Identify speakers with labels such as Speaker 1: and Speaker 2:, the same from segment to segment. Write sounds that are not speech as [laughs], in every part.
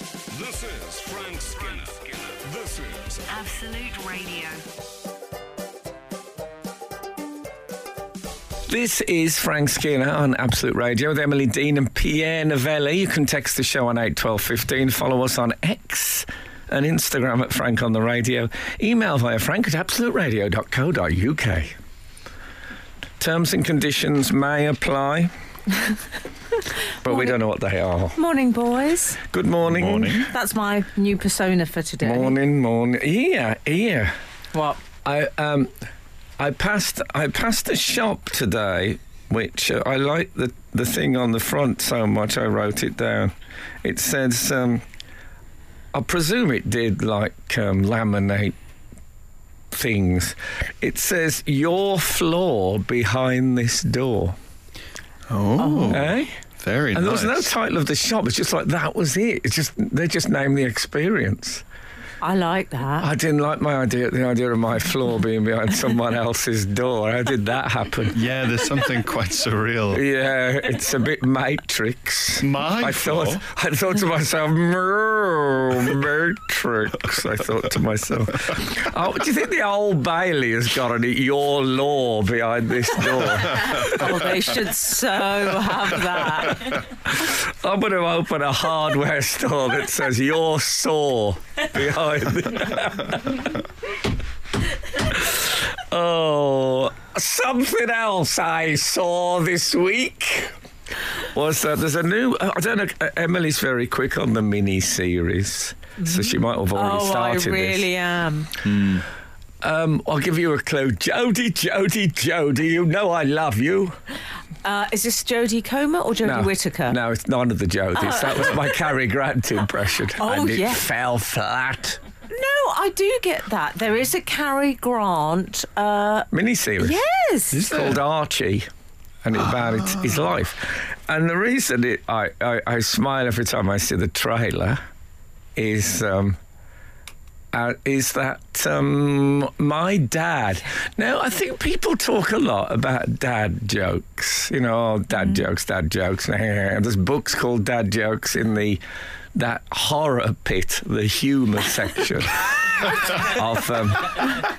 Speaker 1: This is Frank Skinner. This is
Speaker 2: Absolute Radio.
Speaker 3: This is Frank Skinner on Absolute Radio with Emily Dean and Pierre Novelli. You can text the show on 81215, follow us on X and Instagram at Frank on the Radio, email via frank at absoluteradio.co.uk. Terms and conditions may apply, [laughs] but we don't know what they are.
Speaker 4: Morning, boys.
Speaker 3: Good morning.
Speaker 5: Morning.
Speaker 4: That's my new persona for today.
Speaker 3: Morning, morning. Yeah, yeah.
Speaker 4: What?
Speaker 3: I um, I passed I passed a shop today, which uh, I like the the thing on the front so much I wrote it down. It says, um, I presume it did like um, laminate things. It says your floor behind this door.
Speaker 5: Oh,
Speaker 3: Eh?
Speaker 5: very
Speaker 3: And there
Speaker 5: nice.
Speaker 3: was no title of the shop. It's just like that was it. It's just they just named the experience.
Speaker 4: I like that.
Speaker 3: [laughs] I didn't like my idea, the idea of my floor being behind [laughs] someone else's door. How did that happen?
Speaker 5: yeah, there's something
Speaker 3: [laughs]
Speaker 5: quite surreal.
Speaker 3: Yeah, it's a bit Matrix.
Speaker 5: My
Speaker 3: I thought,
Speaker 5: floor?
Speaker 3: I thought to myself, "Mrrr, Matrix. I thought to myself, oh, do you think the old Bailey has got any your law behind this door?
Speaker 4: oh, they should so have
Speaker 3: [laughs]
Speaker 4: that.
Speaker 3: I'm going to open a hardware [laughs] store that says your saw behind. the-" [laughs] oh, something else I saw this week was that there's a new. I don't know. uh, Emily's very quick on the mini series, so she might have already
Speaker 4: Oh, I
Speaker 3: started this.
Speaker 4: really am.
Speaker 3: Um, I'll give you a clue. Jody, Jody, Jody, you know I love you.
Speaker 4: Uh, is this Jodie Comer or Jodie Whittaker?
Speaker 3: No, it's none of the Jodies. That was my Cary Grant impression.
Speaker 4: [laughs] Oh,
Speaker 3: and it
Speaker 4: yeah.
Speaker 3: fell flat.
Speaker 4: No, I do get that. There is a Cary Grant. Uh,
Speaker 3: Miniseries.
Speaker 4: yes.
Speaker 3: It's called Archie. And it's about his, his life. And the reason it, I, I, I smile every time I see the trailer is um, uh, is that um, my dad. Now, I think people talk a lot about dad jokes. You know, oh, dad jokes, dad jokes. And there's books called dad jokes in the that horror pit, the humour section of um,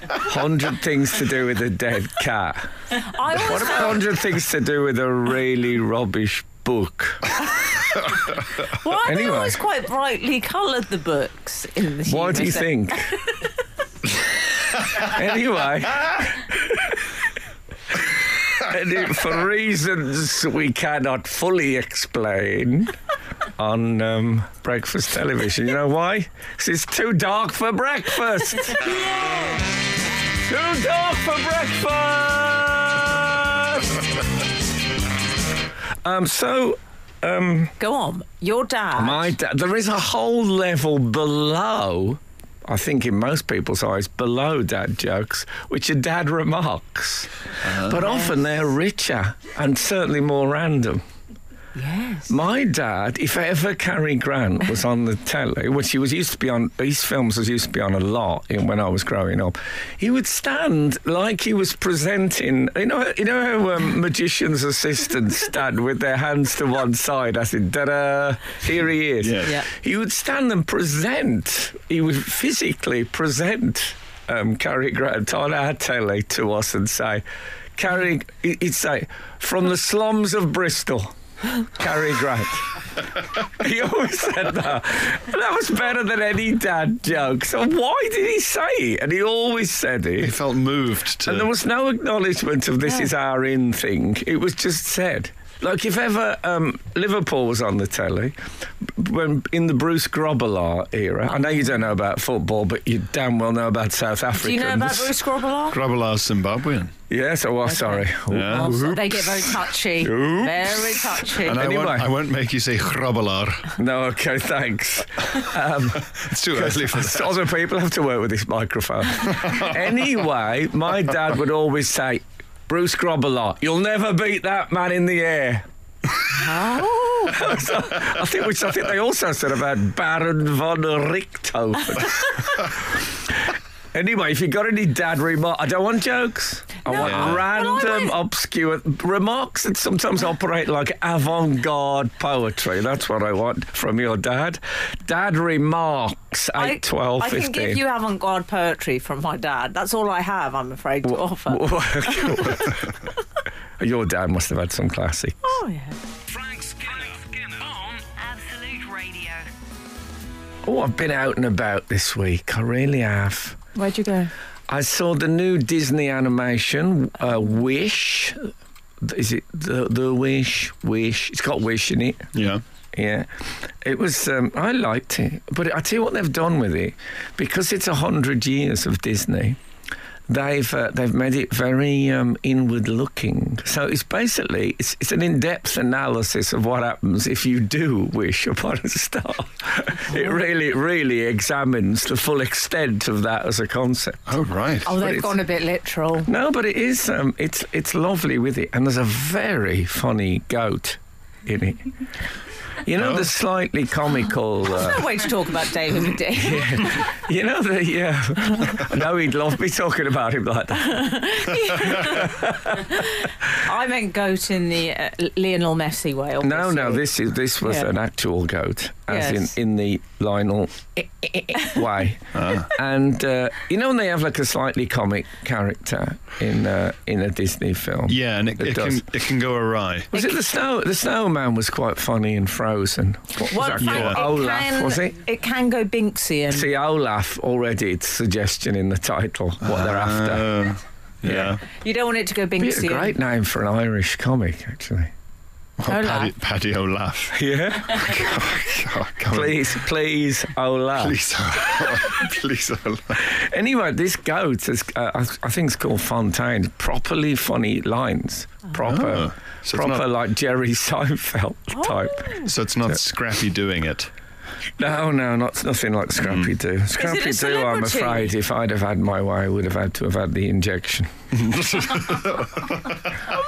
Speaker 3: 100 Things to Do with a Dead Cat.
Speaker 4: I
Speaker 3: What
Speaker 4: always,
Speaker 3: about 100 Things to Do with a Really Rubbish Book?
Speaker 4: why are they
Speaker 3: anyway.
Speaker 4: always quite brightly coloured, the books in the
Speaker 3: What do you
Speaker 4: humour sec-
Speaker 3: think? anyway. and it, for reasons we cannot fully explain on um, breakfast television. You know why? 'Cause it's too dark for breakfast. Too dark for breakfast. um, so
Speaker 4: Go on. Your dad.
Speaker 3: my dad, there is a whole level below, I think in most people's eyes, below dad jokes, which are dad remarks. but often they're richer and certainly more random.
Speaker 4: yes.
Speaker 3: My dad, if ever Cary Grant was on the telly, which he was used to be on, his films was used to be on a lot in, when I was growing up, he would stand like he was presenting. You know, you know how um, magicians' assistants stand with their hands to one side, as in da da, here he is.
Speaker 5: Yes.
Speaker 4: Yeah.
Speaker 3: He would stand and present. He would physically present um, Cary Grant on our telly to us and say, Cary, he- he'd say, from the slums of Bristol, Cary Grant. [laughs] he always said that. And that was better than any dad joke. So why did he say it? And he always said
Speaker 5: He
Speaker 3: it.
Speaker 5: felt moved to.
Speaker 3: And there was no acknowledgement of this is our in thing. It was just said. Like if ever um, Liverpool was on the telly, b- when in the Bruce Grobbelaar era, I know you don't know about football, but you damn well know about South Africans.
Speaker 4: Do you know about Bruce Grobbelaar?
Speaker 5: Grabbelar Zimbabwean.
Speaker 3: Yes, oh, well, sorry.
Speaker 5: Yeah.
Speaker 4: Oh, they get very touchy. Very touchy.
Speaker 5: And I,
Speaker 3: Anyway.
Speaker 5: won't, I won't make you say Grabbelar.
Speaker 3: No, okay,
Speaker 4: [laughs]
Speaker 3: thanks. Um,
Speaker 5: It's too early for that.
Speaker 3: So other people have to work with this microphone. anyway, my dad would always say, Bruce Grobbelaar, you'll never beat that man in the air.
Speaker 4: Oh,
Speaker 3: [laughs] So, I think which I think they also said about Baron von Richthofen. anyway, if you got any dad remark, I don't want jokes. I
Speaker 4: No,
Speaker 3: want
Speaker 5: I-
Speaker 4: well, I
Speaker 3: random,
Speaker 4: went-
Speaker 3: obscure remarks that sometimes operate like avant garde poetry. That's what I want from your dad. Dad remarks 8, 12,
Speaker 4: I can
Speaker 3: 15.
Speaker 4: give you avant-garde poetry from my dad. That's all I have, I'm afraid, to offer.
Speaker 3: [laughs] your dad must have had some classics.
Speaker 4: Oh, yeah.
Speaker 1: Frank Skinner, on
Speaker 2: Absolute Radio.
Speaker 3: Oh, I've been out and about this week. I really have.
Speaker 4: Where'd you go?
Speaker 3: I saw the new Disney animation, uh, Wish. Is it the the Wish? Wish. It's got Wish in it.
Speaker 5: Yeah.
Speaker 3: Yeah, it was. Um, I liked it, but I tell you what they've done with it, because it's a hundred years of Disney. They've uh, they've made it very um, inward looking. So it's basically it's, it's an in depth analysis of what happens if you do wish upon a star. [laughs] it really really examines the full extent of that as a concept.
Speaker 5: Oh, right.
Speaker 4: Oh,
Speaker 3: But
Speaker 4: they've
Speaker 3: it's-
Speaker 4: gone a bit literal.
Speaker 3: No, but it is. Um, it's it's lovely with it, and there's a very funny goat in it. You know
Speaker 5: Oh.
Speaker 3: the slightly comical. Uh,
Speaker 4: [laughs] No way to talk about
Speaker 3: [laughs]
Speaker 4: David and Dave.
Speaker 3: you know the yeah. no, he'd love me talking about him like that.
Speaker 4: I meant goat in the uh, Lionel Messi way. Obviously.
Speaker 3: No, no, this is this was
Speaker 4: Yeah.
Speaker 3: an actual goat, as
Speaker 4: Yes.
Speaker 3: in in the Lionel way. And uh, you know when they have like a slightly comic character in uh, in a Disney film.
Speaker 5: Yeah, and it,
Speaker 3: It
Speaker 5: it,
Speaker 3: does.
Speaker 5: can it can go awry.
Speaker 3: Was it the snow? The snowman was quite funny and frozen. What was
Speaker 4: Well,
Speaker 3: that
Speaker 4: in
Speaker 3: called?
Speaker 4: fact, it
Speaker 3: Olaf,
Speaker 4: can,
Speaker 3: was it?
Speaker 4: It can go Binksian.
Speaker 3: See, Olaf already, it's suggestion in the title, what they're after.
Speaker 5: Uh, yeah.
Speaker 4: you don't want it to go
Speaker 3: Be a
Speaker 4: Binksian.
Speaker 3: great name for an Irish comic, actually. Oh,
Speaker 5: Well, Oh, Paddy,
Speaker 4: Olaf.
Speaker 3: [laughs]
Speaker 5: Paddy Olaf.
Speaker 3: Yeah.
Speaker 5: God, come on.
Speaker 3: please, please, Olaf.
Speaker 5: Please, Olaf. [laughs] please, oh, Olaf.
Speaker 3: Anyway, this goat, is, uh, I, I think it's called Fontaine, properly funny lines. Proper,
Speaker 5: Oh. So it's
Speaker 3: proper
Speaker 5: not-
Speaker 3: like Jerry [laughs] Seinfeld type.
Speaker 5: So it's not Scrappy doing it.
Speaker 3: No, no, not nothing like
Speaker 4: Mm.
Speaker 3: Scrappy Doo. Scrappy Doo, I'm
Speaker 4: celebrity?
Speaker 3: afraid, if I'd have had my way, would have had to have had the
Speaker 4: [laughs]
Speaker 3: injection. [laughs]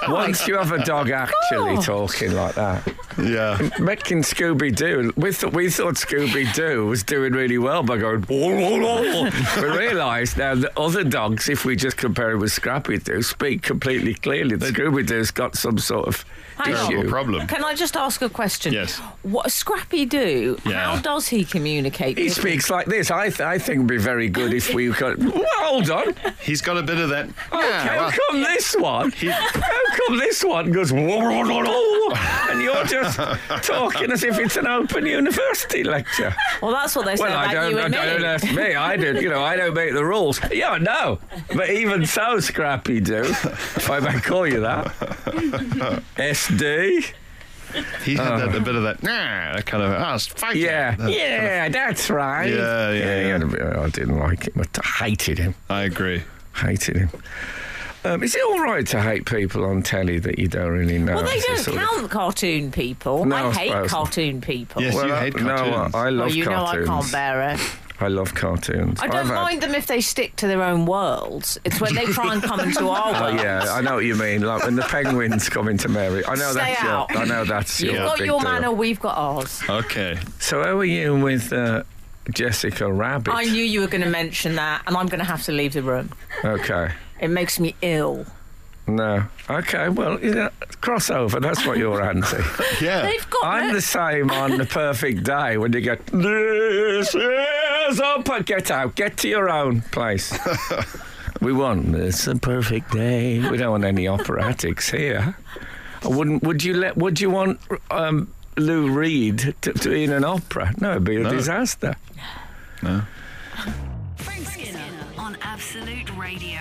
Speaker 3: Once you have a dog actually
Speaker 4: God.
Speaker 3: talking like that,
Speaker 5: Yeah.
Speaker 3: making Scooby Doo. We thought we thought Scooby Doo was doing really well by going. "Oh, "Whoa, whoa, whoa, whoa." oh."
Speaker 4: [laughs]
Speaker 3: we realised now that other dogs, if we just compare it with Scrappy Doo, speak completely clearly. Scooby Doo's got some sort of
Speaker 4: Hang on.
Speaker 5: Terrible
Speaker 3: issue.
Speaker 5: problem.
Speaker 4: Can I just ask a question?
Speaker 5: Yes.
Speaker 4: What Scrappy do?
Speaker 5: Yeah.
Speaker 4: How does he communicate?
Speaker 3: He
Speaker 4: with-
Speaker 3: speaks like this. I, th- I think it would be very good if we could. Well, hold on.
Speaker 5: He's got a bit of that.
Speaker 3: How come this one? How come this one goes "Whoa, whoa, whoa, whoa," and you're just talking as if it's an open university lecture?
Speaker 4: Well, that's what they
Speaker 3: [laughs]
Speaker 4: say
Speaker 3: Well,
Speaker 4: about
Speaker 3: I don't,
Speaker 4: you
Speaker 3: I
Speaker 4: and me.
Speaker 3: don't ask me. I don't, you know, I don't make the rules. Yeah, I know. But even so, Scrappy do, if I may call you that, [laughs] SD.
Speaker 5: He had that, a bit of that. Nah, that kind of. Ah, it's fighting.
Speaker 3: Uh. Yeah,
Speaker 5: That-
Speaker 3: yeah, that's right.
Speaker 5: Yeah, yeah,
Speaker 3: yeah. I didn't like him. I hated him.
Speaker 5: I agree.
Speaker 3: hated him. Um, is it all right to hate people on telly that you don't really know?
Speaker 4: Well, they
Speaker 3: It's a sort
Speaker 4: don't
Speaker 3: of-
Speaker 4: count cartoon people.
Speaker 3: No,
Speaker 4: I
Speaker 3: I
Speaker 4: hate
Speaker 3: suppose not.
Speaker 4: cartoon people.
Speaker 5: Yes, you hate
Speaker 3: no,
Speaker 5: cartoons.
Speaker 3: I, I love
Speaker 4: Well, you
Speaker 3: cartoons.
Speaker 4: know I can't bear
Speaker 3: [laughs]
Speaker 4: it.
Speaker 3: I love cartoons.
Speaker 4: I
Speaker 3: I've
Speaker 4: don't
Speaker 3: had-
Speaker 4: mind them if they stick to their own worlds. It's when they try and come into
Speaker 3: [laughs]
Speaker 4: our
Speaker 3: Oh
Speaker 4: world.
Speaker 3: yeah, I know what you mean. Like when the penguins come into Mary, I know
Speaker 4: Stay
Speaker 3: that's
Speaker 4: out.
Speaker 3: your. I know that's
Speaker 4: You've
Speaker 3: your.
Speaker 4: got
Speaker 3: big
Speaker 4: your
Speaker 3: deal.
Speaker 4: manner, we've got ours.
Speaker 5: Okay.
Speaker 3: So how are you with uh, Jessica Rabbit?
Speaker 4: I knew you were going to mention that, and I'm going to have to leave the room.
Speaker 3: Okay.
Speaker 4: It makes me ill.
Speaker 3: No. Okay. Well, you know, crossover. That's what
Speaker 4: [laughs]
Speaker 3: you're anti.
Speaker 5: Yeah.
Speaker 4: They've got.
Speaker 3: I'm
Speaker 4: no-
Speaker 3: the same on the perfect day when you go. This is open. Get out. Get to your own place. we want it's a perfect day. We don't want any operatics here. I wouldn't. Would you let? Would you want um, Lou Reed to, to be in an opera? No, it'd be a
Speaker 5: No.
Speaker 3: disaster.
Speaker 5: No.
Speaker 2: Frank Skinner on Absolute Radio.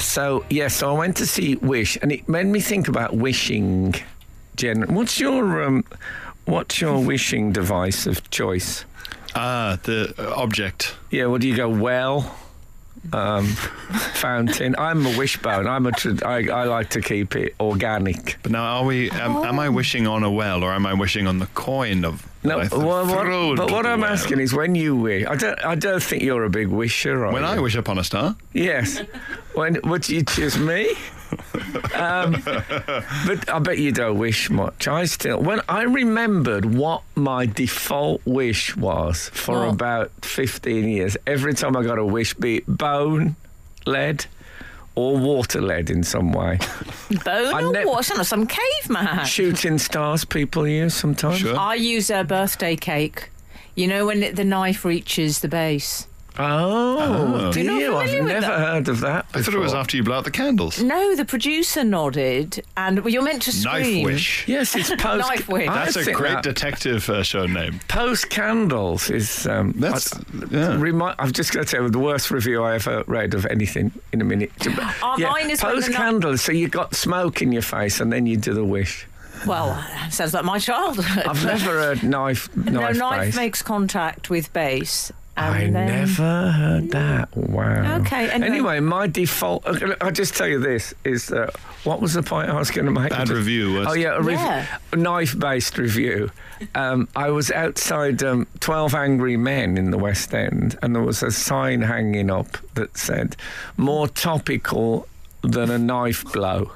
Speaker 3: So yeah, so I went to see Wish, and it made me think about wishing. Gen, what's your um, what's your wishing device of choice?
Speaker 5: Ah, the uh, object.
Speaker 3: Yeah, what do you go? Well, um, [laughs] fountain. I'm a wishbone. I'm a. Tra- I, I like to keep it organic.
Speaker 5: But now, are we? Am, am I wishing on a well, or am I wishing on the coin of?
Speaker 3: No,
Speaker 5: that I th-
Speaker 3: what- what-
Speaker 5: throw
Speaker 3: but
Speaker 5: to
Speaker 3: what
Speaker 5: the
Speaker 3: I'm
Speaker 5: well?
Speaker 3: asking is when you wish. I don't. I don't think you're a big wisher. Are
Speaker 5: when
Speaker 3: you?
Speaker 5: I wish upon a star,
Speaker 3: Yes. When would you choose me? Um, but I bet you don't wish much. I still, when I remembered what my default wish was for
Speaker 4: What?
Speaker 3: about 15 years, every time I got a wish, be it bone, lead or water lead in some way.
Speaker 4: Bone
Speaker 3: I
Speaker 4: or
Speaker 3: ne-
Speaker 4: what? It's not some caveman.
Speaker 3: Shooting stars people use sometimes.
Speaker 5: Sure.
Speaker 4: I use a birthday cake. You know when it, the knife reaches the base.
Speaker 3: Oh,
Speaker 5: Oh.
Speaker 3: do
Speaker 4: You're not
Speaker 3: you? I've
Speaker 4: familiar with
Speaker 3: never
Speaker 4: that?
Speaker 3: heard of that.
Speaker 5: I thought it was
Speaker 3: before.
Speaker 5: after you blow out the candles.
Speaker 4: No, the producer nodded, and well, you're meant to
Speaker 5: Knife
Speaker 4: scream.
Speaker 5: wish.
Speaker 3: Yes, it's post.
Speaker 4: Knife wig.
Speaker 3: I
Speaker 5: That's a
Speaker 3: think
Speaker 5: great
Speaker 3: that
Speaker 5: detective uh, show name.
Speaker 3: post candles is. Um,
Speaker 5: That's-
Speaker 3: I,
Speaker 5: yeah.
Speaker 3: remi- I'm just going to tell you the worst review I ever read of anything in a minute.
Speaker 4: [gasps] Oh, mine is when the
Speaker 3: post candles. So you got smoke in your face, and then you do the wish.
Speaker 4: Well, sounds like my childhood. [laughs]
Speaker 3: I've never heard knife
Speaker 4: no,
Speaker 3: knife,
Speaker 4: knife
Speaker 3: base.
Speaker 4: makes contact with base. And
Speaker 3: I
Speaker 4: then,
Speaker 3: never heard that. Wow.
Speaker 4: Okay, anyway.
Speaker 3: my default. okay, look, I'll just tell you this: is that what was the point I was going to make?
Speaker 5: Bad review, was-
Speaker 3: Oh yeah, a
Speaker 4: Yeah.
Speaker 3: knife-based review. Um, I was outside um, Twelve Angry Men in the West End, and there was a sign hanging up that said, "More topical than a knife blow."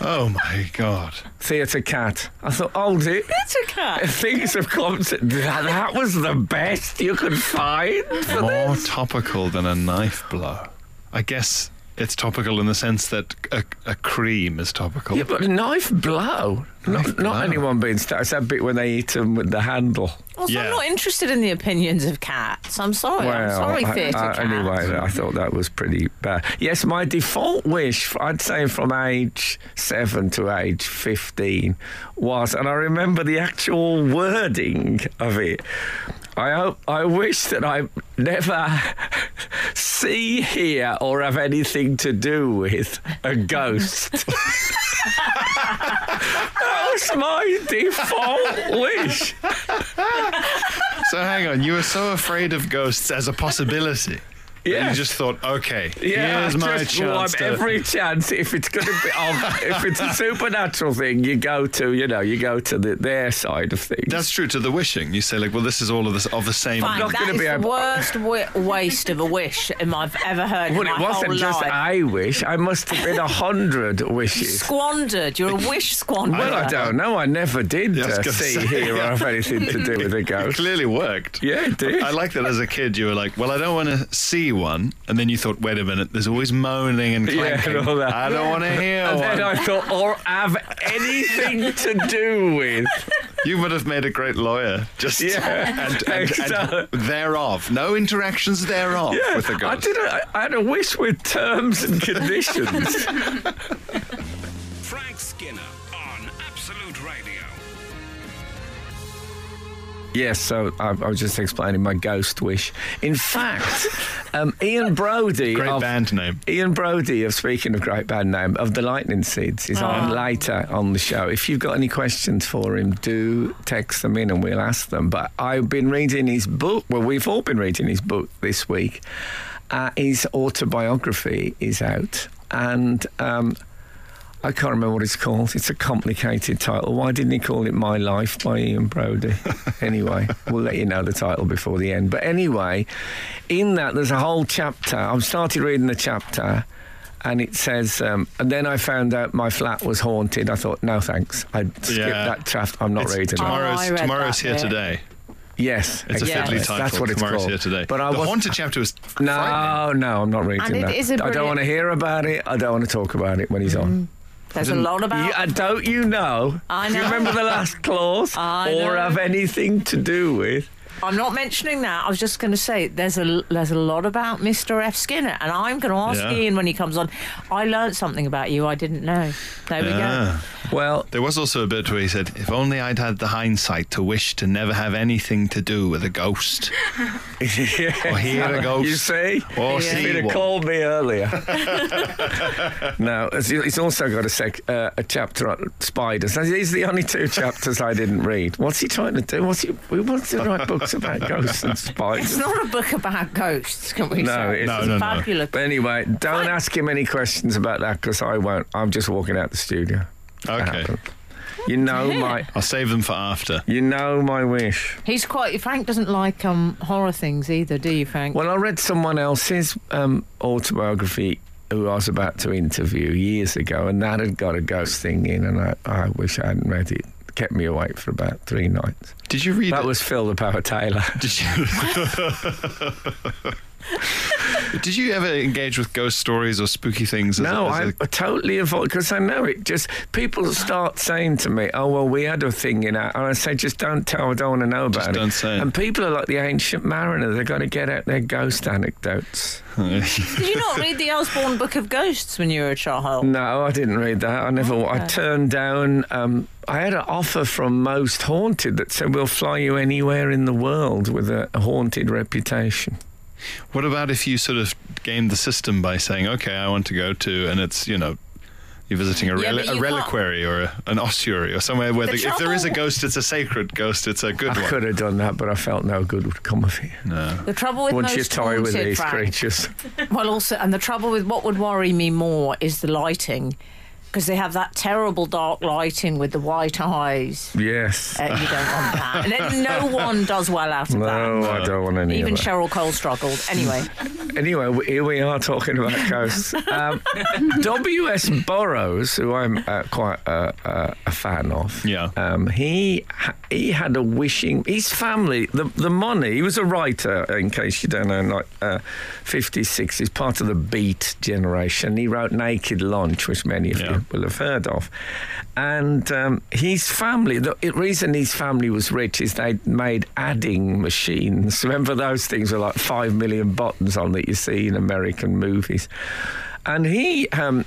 Speaker 5: Oh my god.
Speaker 3: Theatre cat. I thought, hold it.
Speaker 4: That's a cat.
Speaker 3: Things have come to that, that was the best you could find.
Speaker 5: More topical than a knife blow. I guess it's topical in the sense that a, a cream is topical.
Speaker 3: Yeah, but a knife blow. not,
Speaker 5: Knife blow.
Speaker 3: not anyone being stabbed. It's that bit when they eat them with the handle.
Speaker 4: Also,
Speaker 5: Yeah.
Speaker 4: I'm not interested in the opinions of cats. I'm sorry. Oh, I'm sorry,
Speaker 3: I-
Speaker 4: theatre
Speaker 3: I-
Speaker 4: cat.
Speaker 3: anyway, I thought that was pretty bad. Yes, my default wish, I'd say from age seven to age 15, was, and I remember the actual wording of it. I hope, I wish that I never [laughs] see, hear, or have anything to do with a ghost. [laughs] that was my default wish.
Speaker 5: So hang on, you were so afraid of ghosts as a possibility. that
Speaker 3: Yeah.
Speaker 5: You just thought, okay,
Speaker 3: Yeah,
Speaker 5: here's
Speaker 3: I
Speaker 5: my
Speaker 3: just
Speaker 5: chance.
Speaker 3: want
Speaker 5: To,
Speaker 3: every chance. If it's going to be, of, if it's a supernatural thing, you go to, you know, you go to the, their side of things.
Speaker 5: That's true to the wishing. You say like, well, this is all of this of the same.
Speaker 4: Fine,
Speaker 3: not
Speaker 4: that
Speaker 3: gonna
Speaker 4: is
Speaker 3: be
Speaker 4: the
Speaker 3: able-
Speaker 4: worst wi- waste of a wish um, I've ever heard
Speaker 3: well,
Speaker 4: in my
Speaker 3: it wasn't
Speaker 4: whole
Speaker 3: just
Speaker 4: life.
Speaker 3: I wish. I must have been a hundred wishes.
Speaker 4: squandered. You're a wish
Speaker 3: [laughs]
Speaker 4: squanderer.
Speaker 3: Well, I don't know. I never did
Speaker 5: Yeah, I was
Speaker 3: uh,
Speaker 5: gonna
Speaker 3: see,
Speaker 5: say,
Speaker 3: hear, or have anything to do
Speaker 5: [laughs]
Speaker 3: with a
Speaker 5: It
Speaker 3: ghost.
Speaker 5: clearly worked.
Speaker 3: Yeah, it did.
Speaker 5: I like that as a kid, you were like, well, I don't want to see one. And then you thought, wait a minute, there's always moaning and
Speaker 3: Yeah, and
Speaker 5: clanking.
Speaker 3: all that.
Speaker 5: I don't want to hear
Speaker 3: and
Speaker 5: one.
Speaker 3: then I thought, or have anything to do
Speaker 5: [laughs]
Speaker 3: with.
Speaker 5: You would have made a great lawyer. Just
Speaker 3: Yeah,
Speaker 5: [laughs] and, and,
Speaker 3: exactly.
Speaker 5: and thereof. No interactions thereof with the
Speaker 3: I
Speaker 5: ghost.
Speaker 3: did. A, I had a wish with terms and conditions.
Speaker 1: Frank Skinner on Absolute Radio.
Speaker 3: Yes, so I, I was just explaining my ghost wish. In
Speaker 5: [laughs]
Speaker 3: fact, um, Ian Brody
Speaker 5: Great
Speaker 3: of
Speaker 5: band name.
Speaker 3: Ian Brody of speaking of great band name of the Lightning Seeds is
Speaker 5: Ah.
Speaker 3: on later on the show. If you've got any questions for him, do text them in and we'll ask them. But I've been reading his book. Well, we've all been reading his book this week. Uh, his autobiography is out, and um, I can't remember what it's called. It's a complicated title. Why didn't he call it My Life by Ian
Speaker 5: [laughs]
Speaker 3: Brody? anyway, we'll let you know the title before the end. But anyway, in that, there's a whole chapter. I've started reading the chapter. And it says, um, and then I found out my flat was haunted. I thought, no thanks. I skipped
Speaker 5: Yeah.
Speaker 3: that chapter. I'm not
Speaker 5: It's
Speaker 3: reading that.
Speaker 5: tomorrow's
Speaker 4: Oh, I read
Speaker 5: tomorrow's
Speaker 4: that
Speaker 5: here
Speaker 4: bit.
Speaker 5: today.
Speaker 3: Yes,
Speaker 5: It's
Speaker 3: exactly.
Speaker 5: a fiddly title.
Speaker 3: That's what it's
Speaker 5: tomorrow's
Speaker 3: called.
Speaker 5: here today.
Speaker 3: But I
Speaker 5: the
Speaker 3: was
Speaker 5: haunted chapter was frightening.
Speaker 3: no, no, I'm not reading
Speaker 4: And it
Speaker 3: that.
Speaker 4: is a
Speaker 3: I don't
Speaker 4: brilliant- Mm.
Speaker 3: want to hear about it. I don't want to talk about it when he's on.
Speaker 4: There's a lot about.
Speaker 3: You, uh, don't you know?
Speaker 4: I
Speaker 3: Do you
Speaker 4: know.
Speaker 3: remember the last clause?
Speaker 4: [laughs] I
Speaker 3: or
Speaker 4: know.
Speaker 3: have anything to do with?
Speaker 4: I'm not mentioning that. I was just going to say there's a there's a lot about Mr. F. Skinner, and I'm going to ask
Speaker 5: Yeah.
Speaker 4: Ian when he comes on. I learned something about you I didn't know. There we go.
Speaker 5: Ah. [laughs]
Speaker 3: Well,
Speaker 5: There was also a bit where he said, "If only I'd had the hindsight to wish to never have anything to do with a ghost, or hear a
Speaker 3: [laughs]
Speaker 5: ghost,
Speaker 3: you see?
Speaker 5: or
Speaker 4: Yeah.
Speaker 5: see
Speaker 3: You'd have
Speaker 5: one."
Speaker 3: called me
Speaker 4: [laughs]
Speaker 3: earlier. [laughs] no, it's it's also got a sec, uh, a chapter on spiders. Now, These are the only two chapters I didn't read. What's he trying to do? What's he? What's he write books about
Speaker 5: [laughs]
Speaker 3: ghosts and
Speaker 4: It's
Speaker 3: spiders?
Speaker 4: not a book about ghosts, can we
Speaker 3: No,
Speaker 4: say?
Speaker 3: it
Speaker 5: No,
Speaker 4: it's
Speaker 5: no, no.
Speaker 4: fabulous.
Speaker 3: But anyway, don't ask him any questions about that because I won't. I'm just walking out the studio. That
Speaker 5: Okay.
Speaker 3: happened. You know my.
Speaker 5: I'll save them for after.
Speaker 3: You know my wish.
Speaker 4: He's quite. Frank doesn't like um, horror things either, do you, Frank?
Speaker 3: Well, I read someone else's um, autobiography who I was about to interview years ago, and that had got a ghost thing in, and I, I wish I hadn't read it. Kept me awake for about three nights.
Speaker 5: Did you read
Speaker 3: That
Speaker 5: it?
Speaker 3: was Phil the Power Taylor.
Speaker 5: Did you? [laughs] Did you ever engage with ghost stories or spooky things? as a-
Speaker 3: No,
Speaker 5: as a-
Speaker 3: I totally avoid because I know it. Just people start saying to me, "Oh well, we had a thing in our," and I say, "Just don't tell. I don't want to know about
Speaker 5: Just
Speaker 3: it."
Speaker 5: don't say it.
Speaker 3: And people are like the ancient mariner; they're going to get out their ghost anecdotes.
Speaker 5: [laughs]
Speaker 4: Did you not read the Osborne Book of Ghosts when you were a child?
Speaker 3: No, I didn't read that. I never. I turned down. Um, I had an offer from Most Haunted that said, "We'll fly you anywhere in the world with a haunted reputation."
Speaker 5: What about if you sort of game the system by saying, okay, I want to go to, and it's, you know, you're visiting a,
Speaker 4: Yeah, but
Speaker 5: reli-
Speaker 4: you
Speaker 5: a reliquary or a, an ossuary or somewhere where,
Speaker 4: The
Speaker 5: the if there is a
Speaker 4: trouble-
Speaker 5: ghost, it's a sacred ghost, it's a good
Speaker 3: I
Speaker 5: one.
Speaker 3: could have done that, but I felt no good would come of it. Hmm.
Speaker 4: The trouble with
Speaker 3: Once
Speaker 4: most
Speaker 3: you toy with
Speaker 4: haunted,
Speaker 3: these
Speaker 4: Frank,
Speaker 3: creatures.
Speaker 4: [laughs] Well, also, and the trouble with what would worry me more is the lighting, because they have that terrible dark lighting with the white eyes.
Speaker 3: Yes.
Speaker 4: Uh, you don't want that.
Speaker 3: [laughs]
Speaker 4: And then no one does well out of
Speaker 3: No,
Speaker 4: that.
Speaker 3: I don't want any
Speaker 4: Even
Speaker 3: of that.
Speaker 4: Cheryl Cole struggled. Anyway,
Speaker 3: [laughs] Anyway, we- here we are talking
Speaker 4: [laughs]
Speaker 3: about ghosts. Um, W.S. Burroughs, who I'm uh, quite uh, uh, a fan of.
Speaker 5: Yeah.
Speaker 3: Um, he ha- he had a wishing. His family, the the money. He was a writer, in case you don't know. Like uh, 56, he's part of the Beat generation. He wrote Naked Lunch, which many of
Speaker 5: Yeah.
Speaker 3: you will have heard of. And um, his family, the it- reason his family was rich is they made adding machines. Remember those things with like five million buttons on that you see in American movies. And he um,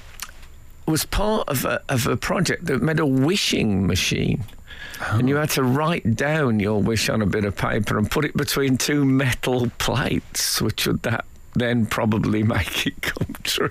Speaker 3: was part of a, of a project that made a wishing machine. And you had to write down your wish on a bit of paper and put it between two metal plates, which would that then probably [laughs] make it come
Speaker 5: [laughs]
Speaker 3: true.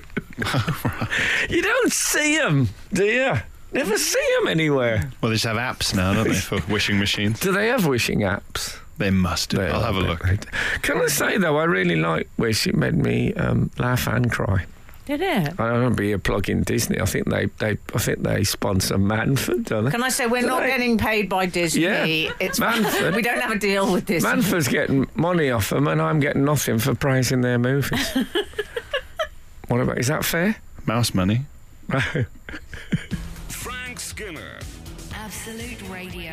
Speaker 3: You don't see them, do you? Never see them anywhere.
Speaker 5: Well, they just have apps now, don't they, for wishing machines?
Speaker 3: Do they have wishing apps?
Speaker 5: They must do.
Speaker 3: They
Speaker 5: I'll
Speaker 3: are,
Speaker 5: have a
Speaker 3: they-
Speaker 5: look.
Speaker 3: they do. Can I say though, I really like Wish. It made me um, laugh and cry.
Speaker 4: did it?
Speaker 3: I don't want to be a plug in Disney. I think they, they, I think they sponsor Manford, don't they?
Speaker 4: Can I say we're not
Speaker 3: Right.
Speaker 4: getting paid by Disney?
Speaker 3: Yeah.
Speaker 4: It's
Speaker 3: Manfred.
Speaker 4: [laughs] we don't have a deal with this.
Speaker 3: Manford's getting money off them, and I'm getting nothing for praising their movies.
Speaker 4: [laughs]
Speaker 3: what about? Is that fair? [laughs]
Speaker 5: Mouse money.
Speaker 1: Frank Skinner.
Speaker 2: Absolute Radio.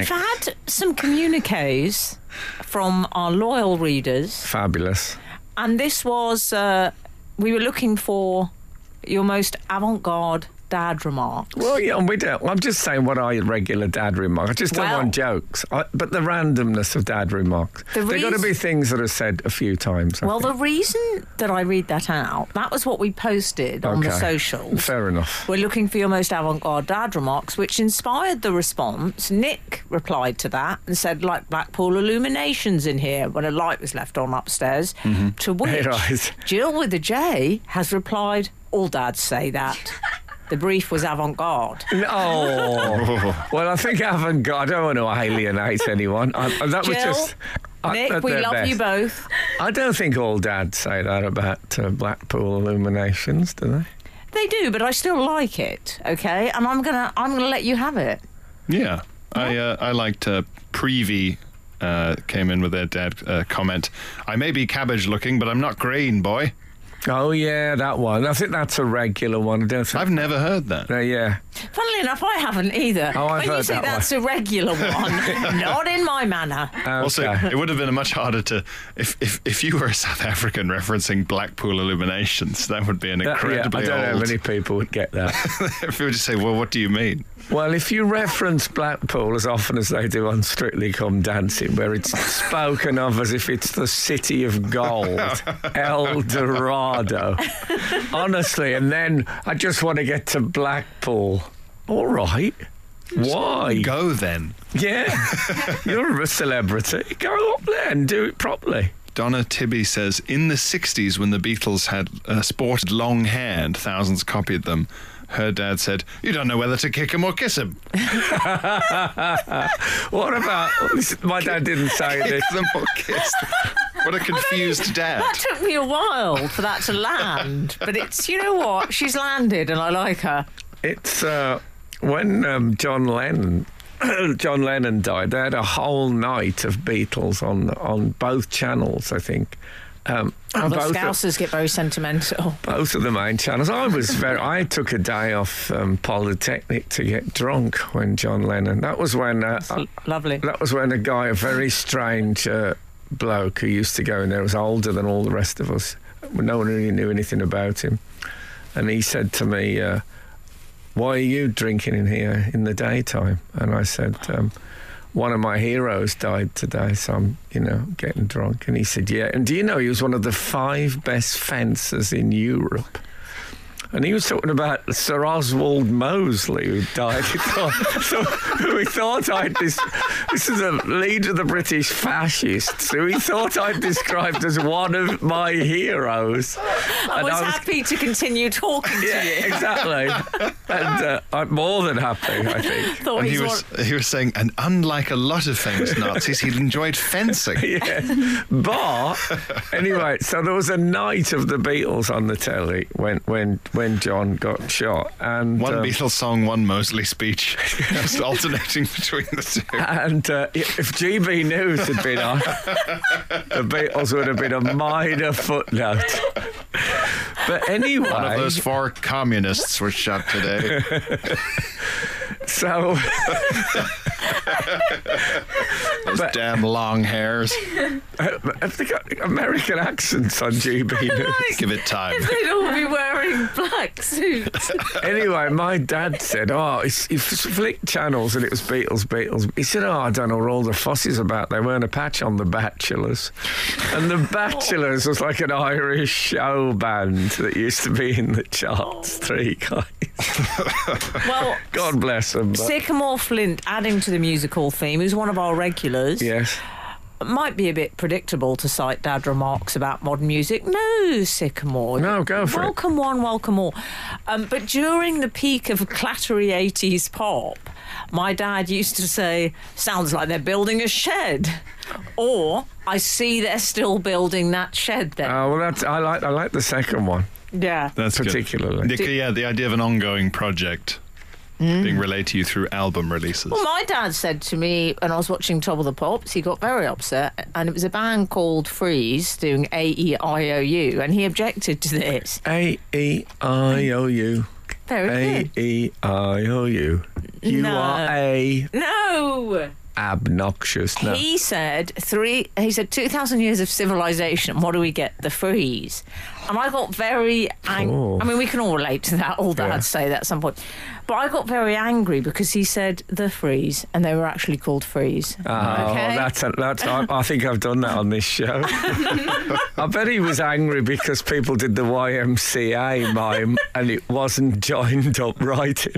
Speaker 4: I've had some communiques from our loyal readers.
Speaker 3: Fabulous.
Speaker 4: And this was, uh, we were looking for your most avant garde dad remark.
Speaker 3: Well, yeah, and we don't. I'm just saying what I regular dad remark. I just don't
Speaker 4: Well-
Speaker 3: want jokes, I, but the randomness of dad remarks.
Speaker 4: The
Speaker 3: There got to
Speaker 4: reas-
Speaker 3: be things that are said a few times. I
Speaker 4: Well, the
Speaker 3: think.
Speaker 4: reason that I read that out, that was what we posted on the
Speaker 3: Okay.
Speaker 4: socials.
Speaker 3: fair enough.
Speaker 4: [laughs] We're looking for your most avant garde dad remarks, which inspired the response. Nick replied to that and said, like Blackpool illuminations in here when a light was left on upstairs.
Speaker 3: Mm-hmm. [laughs]
Speaker 4: To which
Speaker 3: Right.
Speaker 4: Jill with a J has replied, All dads say
Speaker 3: [laughs]
Speaker 4: that. the brief was avant garde.
Speaker 3: No.
Speaker 4: Oh.
Speaker 3: [laughs] well, I think I haven't got. I don't want to alienate anyone. I, that was
Speaker 4: Jill,
Speaker 3: just. I-
Speaker 4: Nick,
Speaker 3: at
Speaker 4: we
Speaker 3: their
Speaker 4: love you
Speaker 3: best.
Speaker 4: both.
Speaker 3: I don't think all dads say that about uh, Blackpool illuminations, do they?
Speaker 4: They do, but I still like it. Okay, and I'm gonna I'm gonna let you have it.
Speaker 5: Yeah, I uh, I liked uh, Prevy uh, came in with their dad uh, comment. I may be cabbage looking, but I'm not green, boy.
Speaker 3: Oh yeah, that one. I think that's a regular one. I don't think.
Speaker 5: I've never heard that.
Speaker 3: No, yeah.
Speaker 4: Funnily enough, I haven't either.
Speaker 3: Oh, I've
Speaker 4: when you
Speaker 3: heard
Speaker 4: say
Speaker 3: that
Speaker 4: that's
Speaker 3: [laughs]
Speaker 4: a regular one, not in my manner.
Speaker 5: Also,
Speaker 3: Okay.
Speaker 5: it would have been much harder to if, if if you were a South African referencing Blackpool illuminations. That would be an
Speaker 3: That- yeah, I
Speaker 5: incredibly
Speaker 3: don't know how
Speaker 5: old.
Speaker 3: many people would get that.
Speaker 5: [laughs]
Speaker 3: [laughs]
Speaker 5: if you would just say, well, what do you mean?
Speaker 3: Well, if you reference Blackpool as often as they do on Strictly Come Dancing, where it's spoken of as if it's the city of gold, [laughs] El Dorado, honestly, and then I just want to get to Blackpool. All right. Why?
Speaker 5: Go then.
Speaker 3: Yeah. You're a celebrity. Go up there and do it properly.
Speaker 5: Donna Tibby says, in the 60s, when the Beatles had uh, sported long hair and thousands copied them, her dad said, You don't know whether to kick him or kiss him.
Speaker 3: [laughs] What about. My dad didn't say this.
Speaker 5: Kick them
Speaker 3: [laughs]
Speaker 5: or kiss them. What a confused dad.
Speaker 4: That took me a while for that to land, but it's you know what? She's landed, and I like her.
Speaker 3: It's uh, when um, John Lennon. [clears throat] John Lennon died. They had a whole night of Beatles on on both channels, I think. Um,
Speaker 4: Oh,
Speaker 3: and
Speaker 4: the
Speaker 3: both, of,
Speaker 4: Scousers get very sentimental.
Speaker 3: both of the main channels. I was very. I took a day off um, Polytechnic to get drunk when John Lennon. That was when uh,
Speaker 4: Lovely.
Speaker 3: that was when a guy, a very strange uh, bloke who used to go in there was older than all the rest of us. No one really knew anything about him. And he said to me, uh, Why are you drinking in here in the daytime? And I said, um, One of my heroes died today, so I'm, you know, getting drunk. And he said, Yeah. And do you know he was one of the five best fencers in Europe? And he was talking about Sir Oswald Mosley, who died. [laughs] He thought, so, who he thought I'd dis- this is a leader of the British fascists, who he thought I'd described as one of my heroes.
Speaker 4: I was, happy to continue talking
Speaker 3: Yeah,
Speaker 4: to you. [laughs]
Speaker 3: exactly. and uh, I'm more than happy. I think.
Speaker 4: Thought
Speaker 5: And he
Speaker 4: he's
Speaker 5: was
Speaker 4: [laughs]
Speaker 5: he was saying, and unlike a lot of famous Nazis, he enjoyed
Speaker 3: [laughs]
Speaker 5: fencing.
Speaker 3: yeah. But anyway, so there was a night of the Beatles on the telly when when when John got shot, and
Speaker 5: One
Speaker 3: um,
Speaker 5: Beatles song, one Mosley speech, [laughs]
Speaker 3: [laughs]
Speaker 5: just alternating between the two.
Speaker 3: And uh, if GB News had been
Speaker 5: [laughs]
Speaker 3: on, the Beatles would have been a minor footnote. But
Speaker 5: One of
Speaker 3: anyway,
Speaker 5: those four communists were
Speaker 3: [laughs]
Speaker 5: shot today.
Speaker 3: so [laughs]
Speaker 5: Those
Speaker 3: But-
Speaker 5: damn
Speaker 3: [laughs]
Speaker 5: long hairs.
Speaker 3: have they got uh, American accents on GB News?
Speaker 5: Give it time.
Speaker 4: They'd all be wearing black suits.
Speaker 3: Anyway, my dad said, "Oh, it's, he flicked channels and it was Beatles, Beatles." He said, "Oh, I don't know what all the fuss is about. They weren't a patch on the Bachelors, and the Bachelors was like an Irish show band that used to be in the charts. Three guys.
Speaker 4: Well,
Speaker 3: God bless them." but-
Speaker 4: Sycamore Flint adding to the musical theme, who's one of our regulars,
Speaker 3: Yes.
Speaker 4: might be a bit predictable to cite dad remarks about modern music. No, Sycamore.
Speaker 3: No, go for it.
Speaker 4: welcome one, welcome all. Um, but during the peak of clattery 80s pop, my dad used to say, sounds like they're building a shed. Or, I see they're still building that shed there.
Speaker 3: Oh well, that's, I like I like the second one
Speaker 4: yeah.
Speaker 5: That's good.
Speaker 3: particularly. Hmm.
Speaker 5: The- yeah, the idea of an ongoing project being relayed to you through album releases.
Speaker 4: Well, my dad said to me when I was watching Top of the Pops, he got very upset, and it was a band called Freeze doing A E I O U, and he objected to this.
Speaker 3: A E I O U.
Speaker 4: Very
Speaker 3: A
Speaker 4: good.
Speaker 3: E I O U. You
Speaker 4: No.
Speaker 3: are a
Speaker 4: No,
Speaker 3: obnoxious. No.
Speaker 4: he said three. He said two thousand years of civilization. What do we get? The freeze. And I got very angry.
Speaker 3: Oh.
Speaker 4: I mean, we can all relate to that. All dads
Speaker 3: Yeah.
Speaker 4: say that at some point. But I got very angry because he said the freeze, and they were actually called freeze.
Speaker 3: Oh,
Speaker 4: Okay.
Speaker 3: that's that's. I, I think I've done that on this show. I bet he was angry because people did the YMCA mime and it wasn't joined up writing.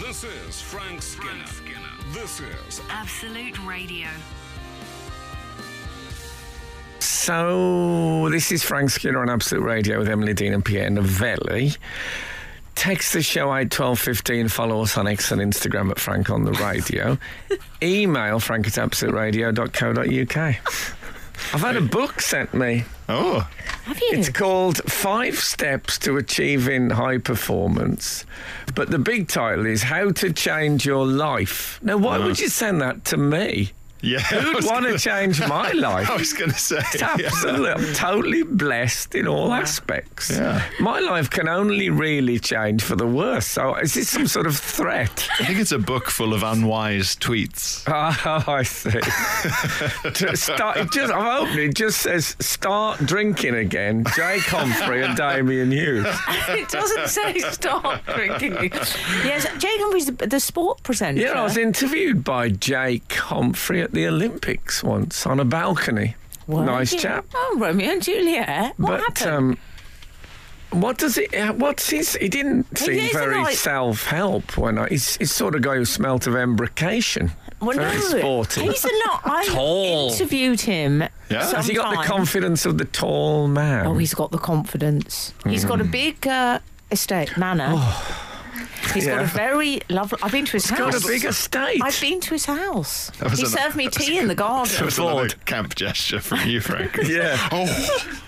Speaker 1: This is Frank Skinner. This is
Speaker 2: Absolute Radio.
Speaker 3: So, this is Frank Skinner on Absolute Radio with Emily Dean and Pierre Novelli. Text the show 81215, follow us on X and Instagram at Frank on the Radio. Email frank at absoluteradio.co.uk. I've had a book sent me.
Speaker 5: Oh,
Speaker 4: Have you? [laughs]
Speaker 3: It's called Five Steps to Achieving High Performance. But the big title is How to Change Your Life. Now, why would you send that to me?
Speaker 5: yeah. Ah. [laughs] I
Speaker 3: Who'd
Speaker 5: was
Speaker 3: want to
Speaker 5: gonna- Oh,
Speaker 3: change my
Speaker 5: [laughs]
Speaker 3: life?
Speaker 5: I was going to say.
Speaker 3: It's
Speaker 5: yeah.
Speaker 3: absolutely, I'm totally blessed in all aspects.
Speaker 5: Yeah.
Speaker 3: My life can only really change for the worse. So is this some sort of
Speaker 5: [laughs]
Speaker 3: threat? [laughs]
Speaker 5: I think it's a book full of unwise tweets.
Speaker 3: Oh, I
Speaker 5: [laughs]
Speaker 3: see. To start, it just, I'm hoping it just says start drinking again. Jake Humphrey and Damien Hughes.
Speaker 4: it doesn't say
Speaker 3: [laughs]
Speaker 4: stop drinking. Yes, Jake Humphrey's the, the sport presenter.
Speaker 3: Yeah, I was interviewed by Jake Humphrey at the Olympics once on a balcony.
Speaker 4: Were
Speaker 3: nice
Speaker 4: you?
Speaker 3: chap.
Speaker 4: Oh, Romeo and Juliet.
Speaker 3: but
Speaker 4: What happened?
Speaker 3: um, what does it? uh, What's his? He didn't
Speaker 4: He
Speaker 3: seem
Speaker 4: is a
Speaker 3: very
Speaker 4: nice-
Speaker 3: self-help when I. He's, he's sort of guy who smelt of embrocation.
Speaker 4: Well,
Speaker 3: very
Speaker 4: no,
Speaker 3: sporty.
Speaker 4: He's not. I
Speaker 3: Tall.
Speaker 4: interviewed him.
Speaker 5: Yeah?
Speaker 4: sometime.
Speaker 3: [laughs]
Speaker 5: Has
Speaker 3: Has he got the confidence of the tall man?
Speaker 4: Oh, he's got the confidence. He's got a big uh, estate manor. He's got
Speaker 3: Yeah.
Speaker 4: a very lovely. I've been to his house.
Speaker 3: got a big estate.
Speaker 4: I've been to his house.
Speaker 5: was
Speaker 4: He
Speaker 5: an-
Speaker 4: served me tea in the
Speaker 5: That
Speaker 4: garden.
Speaker 5: was another camp gesture from you, Frank.
Speaker 3: [laughs] Yeah.
Speaker 5: Oh,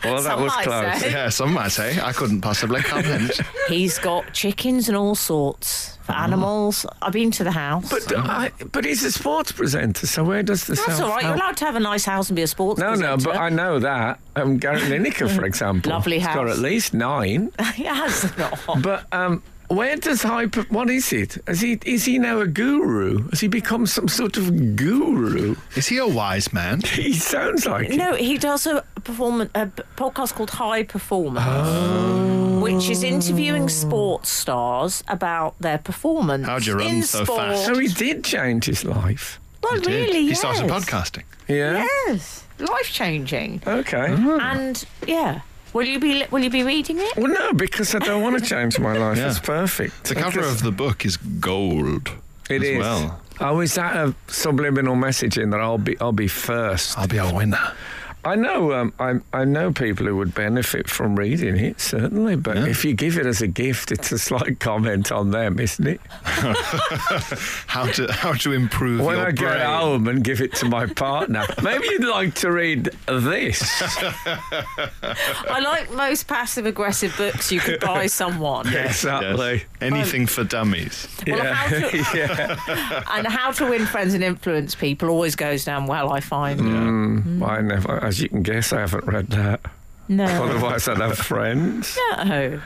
Speaker 3: Well, that was
Speaker 4: Something like
Speaker 3: close.
Speaker 4: that.
Speaker 5: yeah, some might say. I couldn't possibly
Speaker 3: [laughs]
Speaker 5: comment.
Speaker 4: He's got chickens and all sorts for animals. I've been to the house.
Speaker 3: But uh, I, but he's a sports presenter, so where does the
Speaker 4: That's all right. You're
Speaker 3: self-help-
Speaker 4: allowed to have a nice house and be a sports.
Speaker 3: No, no,
Speaker 4: presenter.
Speaker 3: but I know that. Um,
Speaker 4: [laughs]
Speaker 3: Gary Lineker, for example,
Speaker 4: Lovely
Speaker 3: has got
Speaker 4: [laughs] house.
Speaker 3: at least nine.
Speaker 4: he has not.
Speaker 3: But um, Where does hyper? What is it? Is he is he now a guru? Has he become some sort of guru? [laughs]
Speaker 5: Is he a wise man?
Speaker 3: He sounds like it.
Speaker 4: No, he does a performance a p- podcast called High Performance, which is interviewing sports stars about their performance.
Speaker 5: How'd you run
Speaker 4: in
Speaker 5: so
Speaker 4: sport.
Speaker 5: fast?
Speaker 3: So he did change his life.
Speaker 4: Well,
Speaker 5: He did.
Speaker 4: really,
Speaker 5: He
Speaker 4: yes.
Speaker 5: started podcasting.
Speaker 3: Yeah.
Speaker 4: Yes, life changing,
Speaker 3: Okay.
Speaker 5: Mm-hmm.
Speaker 4: and yeah. Will you be Will you be reading it?
Speaker 3: Well, no, because I don't want to change
Speaker 5: [laughs]
Speaker 3: my life.
Speaker 5: Yeah.
Speaker 3: It's perfect.
Speaker 5: The cover
Speaker 3: Because
Speaker 5: of the book is gold.
Speaker 3: it
Speaker 5: as
Speaker 3: is.
Speaker 5: Well.
Speaker 3: Oh, is that a subliminal message in that I'll be I'll be first?
Speaker 5: I'll be a winner.
Speaker 3: I know um, I I know people who would benefit from reading it certainly, but
Speaker 5: Yeah.
Speaker 3: if you give it as a gift, it's a slight comment on them, isn't it?
Speaker 5: How to how to improve
Speaker 3: When
Speaker 5: your
Speaker 3: I
Speaker 5: brain.
Speaker 3: get home and give it to my
Speaker 5: [laughs]
Speaker 3: partner, maybe you'd like to read [laughs] this.
Speaker 4: I like most passive aggressive books you could buy someone.
Speaker 5: Yes.
Speaker 3: exactly.
Speaker 5: Anything for dummies.
Speaker 4: Well, how to,
Speaker 3: [laughs] yeah.
Speaker 4: [laughs] and how to win friends and influence people always goes down well, I find.
Speaker 3: Mm, I never, as you can guess, I haven't read that.
Speaker 4: No.
Speaker 3: Otherwise, I'd
Speaker 5: [laughs]
Speaker 3: have friends.
Speaker 4: No.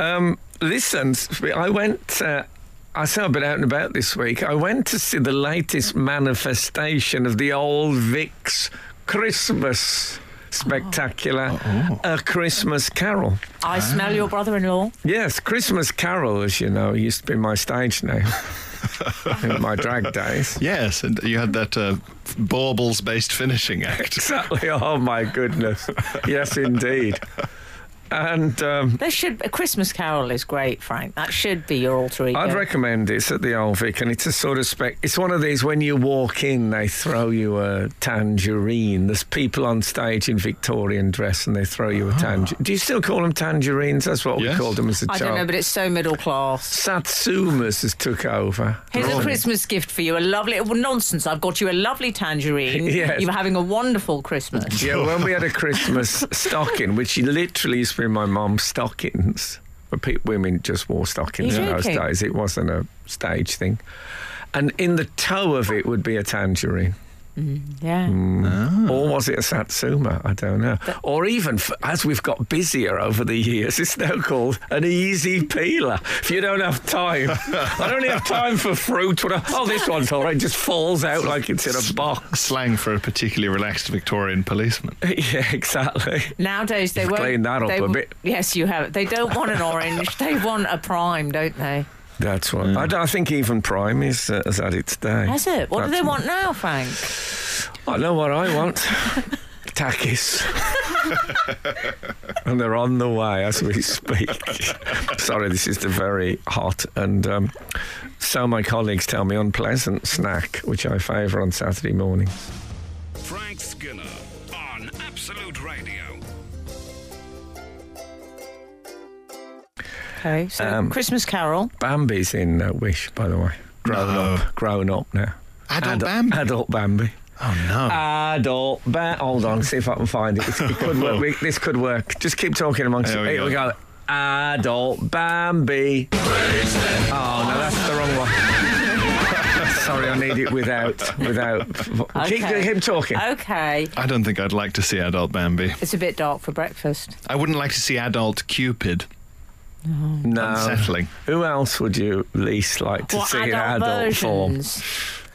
Speaker 3: Um, listen, I went. Uh, I say I've been out and about this week. I went to see the latest manifestation of the old Vic's Christmas spectacular, A Christmas Carol.
Speaker 4: I smell your brother in law.
Speaker 3: Yes, Christmas Carol, as you know, used to be my stage name in my drag days.
Speaker 5: [laughs] Yes, and you had that uh, baubles based finishing act.
Speaker 3: Exactly. Oh my goodness. Yes, indeed. And um,
Speaker 4: There should a Christmas Carol is great, Frank. That should be your alter ego.
Speaker 3: I'd recommend it's at the Old Vic, and it's a sort of spec. It's one of these when you walk in, they throw you a tangerine. There's people on stage in Victorian dress, and they throw you a tangerine. Do you still call them tangerines? That's what we
Speaker 5: Yes.
Speaker 3: called them as a
Speaker 4: I
Speaker 3: child.
Speaker 4: don't know, but it's so middle class.
Speaker 3: Satsumas has took over.
Speaker 4: Here's
Speaker 3: Right.
Speaker 4: a Christmas gift for you. A lovely well, nonsense. I've got you a lovely tangerine.
Speaker 3: [laughs] Yes. Mm.
Speaker 4: You're having a wonderful Christmas.
Speaker 3: Yeah, when we had a
Speaker 4: [laughs]
Speaker 3: Christmas stocking, which literally used to be my mum's stockings, but pe- women just wore stockings
Speaker 4: You're
Speaker 3: in those
Speaker 4: joking.
Speaker 3: days. It wasn't a stage thing. And in the toe of it would be a tangerine.
Speaker 4: Yeah.
Speaker 3: Mm.
Speaker 4: Hmm.
Speaker 3: Or was it a satsuma? I don't know. or even, f- as we've got busier over the years, it's now called an easy peeler. If you don't have
Speaker 4: [laughs]
Speaker 3: time, I don't have time for fruit. When I, oh, this one's all right. Just falls out like it's in a
Speaker 4: [laughs]
Speaker 3: box. [laughs]
Speaker 5: Slang for a particularly relaxed Victorian policeman.
Speaker 3: yeah, exactly.
Speaker 4: Nowadays they
Speaker 3: You've
Speaker 4: won't.
Speaker 3: cleaned that up
Speaker 4: they
Speaker 3: a
Speaker 4: w-
Speaker 3: bit.
Speaker 4: Yes, you have. They don't want an orange. they want a prime, don't they?
Speaker 3: That's what I d- I, think. Even Prime is uh, has had its day.
Speaker 4: Has it? What do
Speaker 3: That's-
Speaker 4: they want now, Frank?
Speaker 3: I know what I want. Takis. [laughs] and they're on the way as we speak. Sorry, this is the very hot and um, so my colleagues tell me unpleasant snack, which I favour on Saturday morning.
Speaker 1: Frank Skinner on Absolute Radio.
Speaker 4: Okay, so
Speaker 3: Um,
Speaker 4: Christmas Carol.
Speaker 3: Bambi's in uh, Wish, by the way. Grown
Speaker 5: No.
Speaker 3: up, grown up now.
Speaker 5: Adult
Speaker 3: Adu-
Speaker 5: Bambi?
Speaker 3: Adult Bambi.
Speaker 5: Oh no.
Speaker 3: Uh, Adult ba- Hold on, see if I can find it. It could
Speaker 5: [laughs]
Speaker 3: work. We- this could work. Just keep talking amongst
Speaker 5: There
Speaker 3: you.
Speaker 5: we
Speaker 3: Here we
Speaker 5: go.
Speaker 3: go. Adult Bambi. Oh no, that's the wrong one. [laughs] Sorry, I need it without without. Keep
Speaker 4: Okay. Uh,
Speaker 3: him talking.
Speaker 4: Okay,
Speaker 5: I don't think I'd like to see adult Bambi.
Speaker 4: it's a bit dark for breakfast.
Speaker 5: I wouldn't like to see adult Cupid.
Speaker 3: no.
Speaker 5: Unsettling.
Speaker 3: Who else would you least like to
Speaker 4: What
Speaker 3: see in
Speaker 4: adult,
Speaker 3: adult form?
Speaker 4: versions?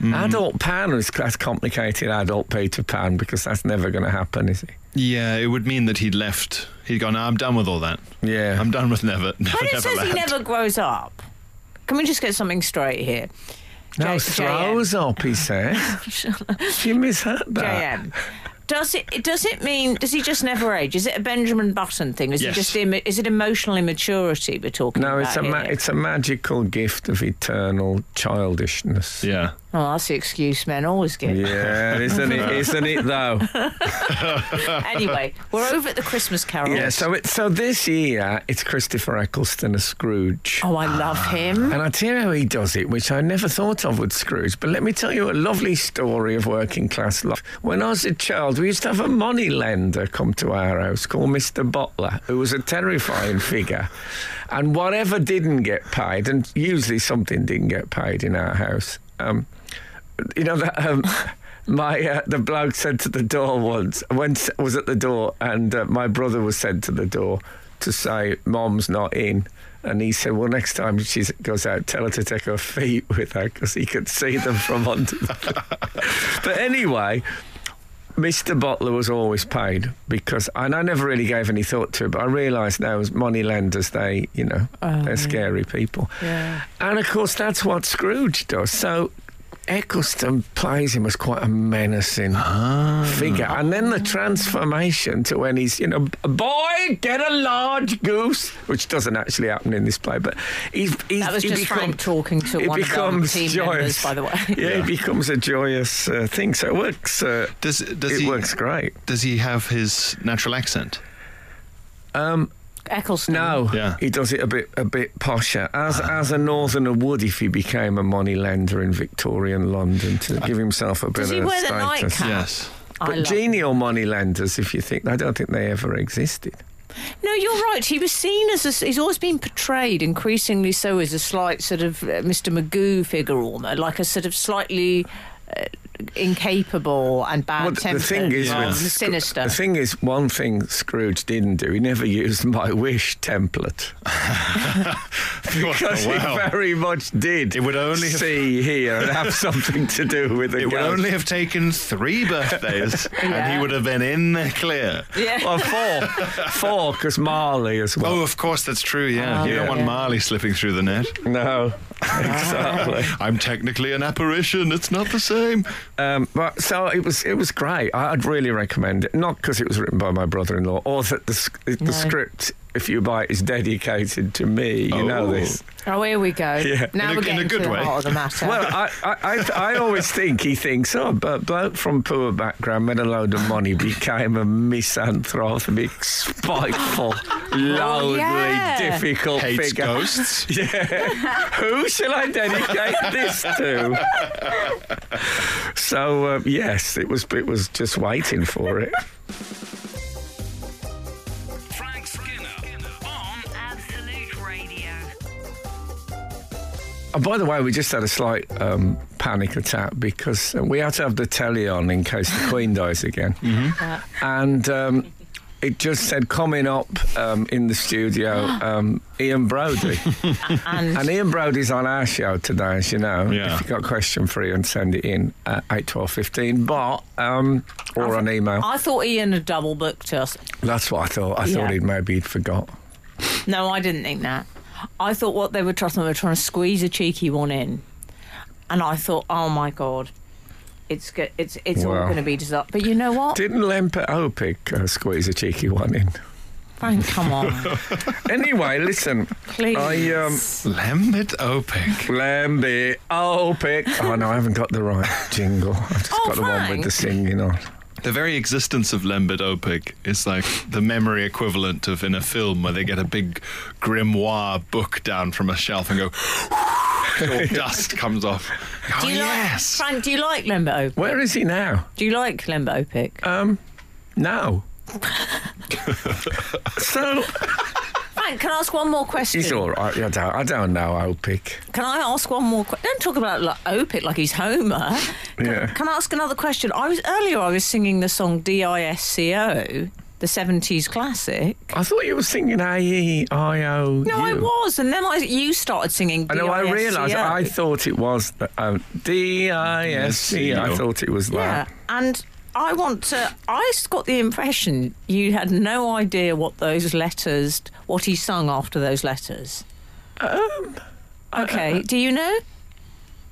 Speaker 5: Mm.
Speaker 3: Adult Pan is that's complicated. Adult Peter Pan because that's never going to happen, is it?
Speaker 5: Yeah, it would mean that he'd left. He'd gone. I'm done with all that.
Speaker 3: Yeah.
Speaker 5: I'm done with never. never
Speaker 4: When it says he
Speaker 5: Neverland."
Speaker 4: never grows up, can we just get something straight here?
Speaker 3: No,
Speaker 4: J-
Speaker 3: throws up, he
Speaker 4: [laughs]
Speaker 3: says. you misheard that.
Speaker 4: JM. Does it? it- Does it mean? Does he just never age? Is it a Benjamin Button thing? Is
Speaker 5: Yes.
Speaker 4: it just? Im- is it emotional immaturity we're talking
Speaker 3: No,
Speaker 4: about?
Speaker 3: it's a
Speaker 4: here?
Speaker 3: ma- it's a magical gift of eternal childishness.
Speaker 5: Yeah.
Speaker 4: Oh, that's the excuse men always give.
Speaker 3: Yeah, [laughs] isn't it? Isn't it though?
Speaker 4: Anyway, we're over at the Christmas Carol.
Speaker 3: Yeah. So it, so this year it's Christopher Eccleston as Scrooge.
Speaker 4: Oh, I love him.
Speaker 3: And I tell you how he does it, which I never thought of with Scrooge. But let me tell you a lovely story of working class life. When I was a child, we used to have a money lender come to our house called Mr. Butler, who was a terrifying figure. And whatever didn't get paid, and usually something didn't get paid in our house, um, you know that um, [laughs] my uh, the bloke said to the door once went was at the door and uh, my brother was sent to the door to say mom's not in And he said, well, next time she goes out, tell her to take her [laughs] feet with her because he could see them from under the... [laughs] but anyway, Mr. Butler was always paid because, and I never really gave any thought to it, but I realised now as money lenders, they, you know, they're scary people.
Speaker 4: Oh, Yeah.
Speaker 3: And of course, that's what Scrooge does. So Eccleston plays him as quite a menacing figure. And then the transformation to when he's, you know, "A boy, get a large goose, which doesn't actually happen in this play, but he's, he's
Speaker 4: That was
Speaker 3: he
Speaker 4: just
Speaker 3: become-
Speaker 4: Frank talking to
Speaker 3: it
Speaker 4: one of our
Speaker 3: becomes
Speaker 4: team
Speaker 3: joyous.
Speaker 4: members, by the way. [laughs]
Speaker 3: Yeah,
Speaker 5: Yeah.
Speaker 3: it becomes a joyous uh, thing. So it works. Uh,
Speaker 5: Does does
Speaker 3: it
Speaker 5: he
Speaker 3: works great.
Speaker 5: Does he have his natural accent?
Speaker 4: Eccleston.
Speaker 3: No,
Speaker 5: Yeah.
Speaker 3: he does it a bit a bit posher. As
Speaker 5: Ah.
Speaker 3: as a northerner would if he became a moneylender in Victorian London to give himself a bit
Speaker 4: Does
Speaker 3: of
Speaker 4: he wear the
Speaker 3: status.
Speaker 4: nightcap?
Speaker 5: Yes.
Speaker 4: I
Speaker 3: But
Speaker 4: love-
Speaker 3: genial moneylenders, if you think, I don't think they ever existed.
Speaker 4: No, you're right. He was seen as a, he's always been portrayed increasingly so as a slight sort of uh, Mr. Magoo figure, almost like a sort of slightly uh, incapable and bad
Speaker 3: Well, th-
Speaker 4: tempered,
Speaker 3: the thing is,
Speaker 4: rather
Speaker 3: with
Speaker 4: than
Speaker 3: Scro-
Speaker 4: sinister.
Speaker 3: The thing is, one thing Scrooge didn't do, he never used my wish template [laughs] because
Speaker 5: Oh, Wow.
Speaker 3: he very much did.
Speaker 5: It would only have-
Speaker 3: see here and have something to do with the
Speaker 5: It would
Speaker 3: ghost.
Speaker 5: only have taken
Speaker 3: [laughs]
Speaker 5: three birthdays, and he
Speaker 4: Yeah.
Speaker 5: would have been in the clear.
Speaker 4: yeah.
Speaker 3: well, four, four, because Marley as well.
Speaker 5: Oh, of course, that's true. Yeah,
Speaker 4: Oh,
Speaker 5: you don't
Speaker 4: yeah.
Speaker 5: want Marley slipping through
Speaker 3: [laughs]
Speaker 5: the net.
Speaker 3: No, exactly.
Speaker 5: I'm technically an apparition. It's not the same.
Speaker 3: Um, but so it was. It was great. I- I'd really recommend it. Not because it was written by my brother-in-law, or that the sc- the
Speaker 4: No.
Speaker 3: script, if you buy it, is dedicated to me. You know
Speaker 5: Oh.
Speaker 3: this.
Speaker 4: oh, here we go.
Speaker 3: Yeah.
Speaker 4: Now
Speaker 5: In a-
Speaker 4: we're
Speaker 5: in a
Speaker 4: getting
Speaker 5: good
Speaker 4: to
Speaker 5: way.
Speaker 4: the heart of the matter.
Speaker 3: Well, I, I, I, I always think he thinks, oh, but bloke from poor background made a load of money, became a misanthropic,
Speaker 5: [laughs]
Speaker 3: spiteful, lonely,
Speaker 4: yeah.
Speaker 3: difficult
Speaker 5: Oh, Hates
Speaker 3: figure. [laughs]
Speaker 5: ghosts.
Speaker 3: Who shall I dedicate this
Speaker 5: [laughs]
Speaker 3: to? So um, yes, it was it was just waiting for it.
Speaker 1: Frank Skinner on
Speaker 2: Absolute Radio.
Speaker 3: And Oh, by the way, we just had a slight um, panic attack because uh, we had to have the telly on in case the Queen dies again. And um, it just said coming up um, in the studio,
Speaker 4: [gasps]
Speaker 3: um, Ian Brody.
Speaker 4: [laughs] and
Speaker 3: And Ian Brody's on our show today, as you know.
Speaker 5: Yeah.
Speaker 3: If you've got a question for Ian, send it in at eight twelve fifteen, but um, or on email.
Speaker 4: I thought Ian had double booked us.
Speaker 3: That's what I thought. I
Speaker 4: Yeah.
Speaker 3: thought he'd maybe he'd forgot.
Speaker 4: No, I didn't think that. I thought what they were trying, they were trying to squeeze a cheeky one in, and I thought, oh my god, it's go- it's it's all
Speaker 3: Wow.
Speaker 4: going to be disaster. But you know what,
Speaker 3: Didn't Lempert Opik uh, squeeze a cheeky one
Speaker 4: [laughs]
Speaker 3: in?
Speaker 4: Frank, come on,
Speaker 3: Anyway, listen,
Speaker 4: please.
Speaker 3: I um,
Speaker 5: Lambert Opic.
Speaker 3: Lambie Opik. Oh no, I haven't got the right jingle. I've just
Speaker 4: Oh,
Speaker 3: got the one with
Speaker 4: Frank.
Speaker 3: the singing on.
Speaker 5: The very existence of Lambert Opic is like the memory equivalent of in a film where they get a big grimoire book down from a shelf and go. [laughs]
Speaker 3: [laughs]
Speaker 5: all dust comes off. Oh,
Speaker 4: do you
Speaker 5: yes.
Speaker 4: like Frank? Do you like Lembo? Opic?
Speaker 3: Where is he now?
Speaker 4: Do you like Lembo Opic?
Speaker 3: Um,
Speaker 4: [laughs]
Speaker 3: no. so
Speaker 4: Frank, can I ask one more question?
Speaker 3: he's all right. I don't, I don't know Opik.
Speaker 4: Can I ask one more? Que- Don't talk about like, Opic like he's Homer. Can,
Speaker 3: Yeah.
Speaker 4: can I ask another question? I was earlier. I was singing the song D.I.S.C.O. The seventies classic.
Speaker 3: I thought you were singing A E I O.
Speaker 4: No, I was, and then I you started singing.
Speaker 3: I know. I
Speaker 4: DISCO.
Speaker 3: realised. I thought it was the- um, D I S C. I
Speaker 5: Yes,
Speaker 3: thought it was
Speaker 4: yeah,
Speaker 3: that.
Speaker 4: and I want to. I just got the impression you had no idea what those letters, what he sung after those letters. Um. Okay. do you know?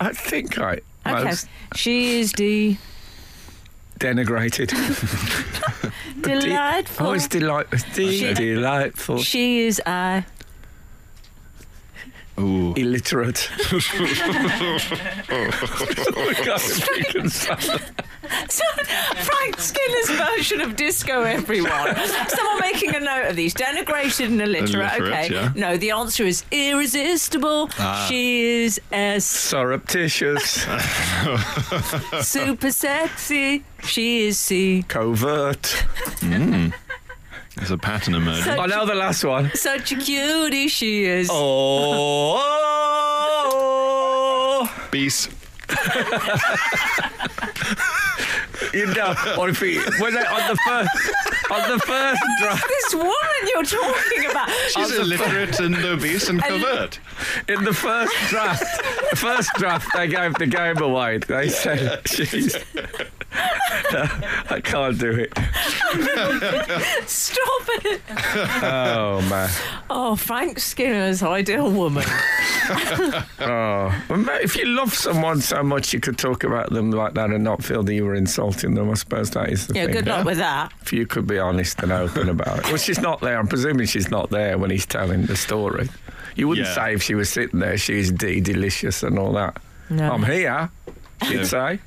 Speaker 3: I think I
Speaker 4: Okay.
Speaker 3: most
Speaker 4: She is
Speaker 5: [laughs]
Speaker 4: de-
Speaker 3: denigrated. [laughs]
Speaker 4: delightful.
Speaker 3: Oh, it's delightful.
Speaker 4: She-
Speaker 3: delightful.
Speaker 4: she is a.
Speaker 5: Ooh.
Speaker 3: illiterate.
Speaker 4: So, Frank Skinner's version of disco, everyone. [laughs] Someone making a note of these. Denigrated and illiterate.
Speaker 5: Illiterate,
Speaker 4: okay.
Speaker 5: yeah. Ah.
Speaker 4: No, the answer is irresistible. She is
Speaker 5: [laughs]
Speaker 4: as
Speaker 3: Surreptitious,
Speaker 4: super sexy. She is C.
Speaker 3: covert.
Speaker 5: There's a pattern emerging.
Speaker 4: So-
Speaker 3: I know the last one.
Speaker 4: Such a cutie she is.
Speaker 3: Oh,
Speaker 5: Beast.
Speaker 3: you know, or if he was it on the first on the first drive
Speaker 4: this woman you're talking about.
Speaker 5: She's illiterate and obese and
Speaker 4: [laughs] And-
Speaker 5: covert.
Speaker 3: in the first draft. The first draft they gave the game away. They said, "Jeez, [laughs] I can't do it."
Speaker 4: Stop it.
Speaker 3: Oh man.
Speaker 4: Oh, Frank Skinner's ideal [laughs] woman.
Speaker 3: Oh, Well, ma- if you love someone so much, you could talk about them like that and not feel that you were insulting them. I suppose that is the
Speaker 4: Yeah,
Speaker 3: thing.
Speaker 4: good luck with that.
Speaker 3: If you could be honest and open about it. Well, she's not there. I'm presuming she's not there when he's telling the story. You wouldn't
Speaker 5: Yeah.
Speaker 3: say if she was sitting there, she's D delicious and all that.
Speaker 4: No.
Speaker 3: I'm here, she'd
Speaker 5: Yeah.
Speaker 3: say.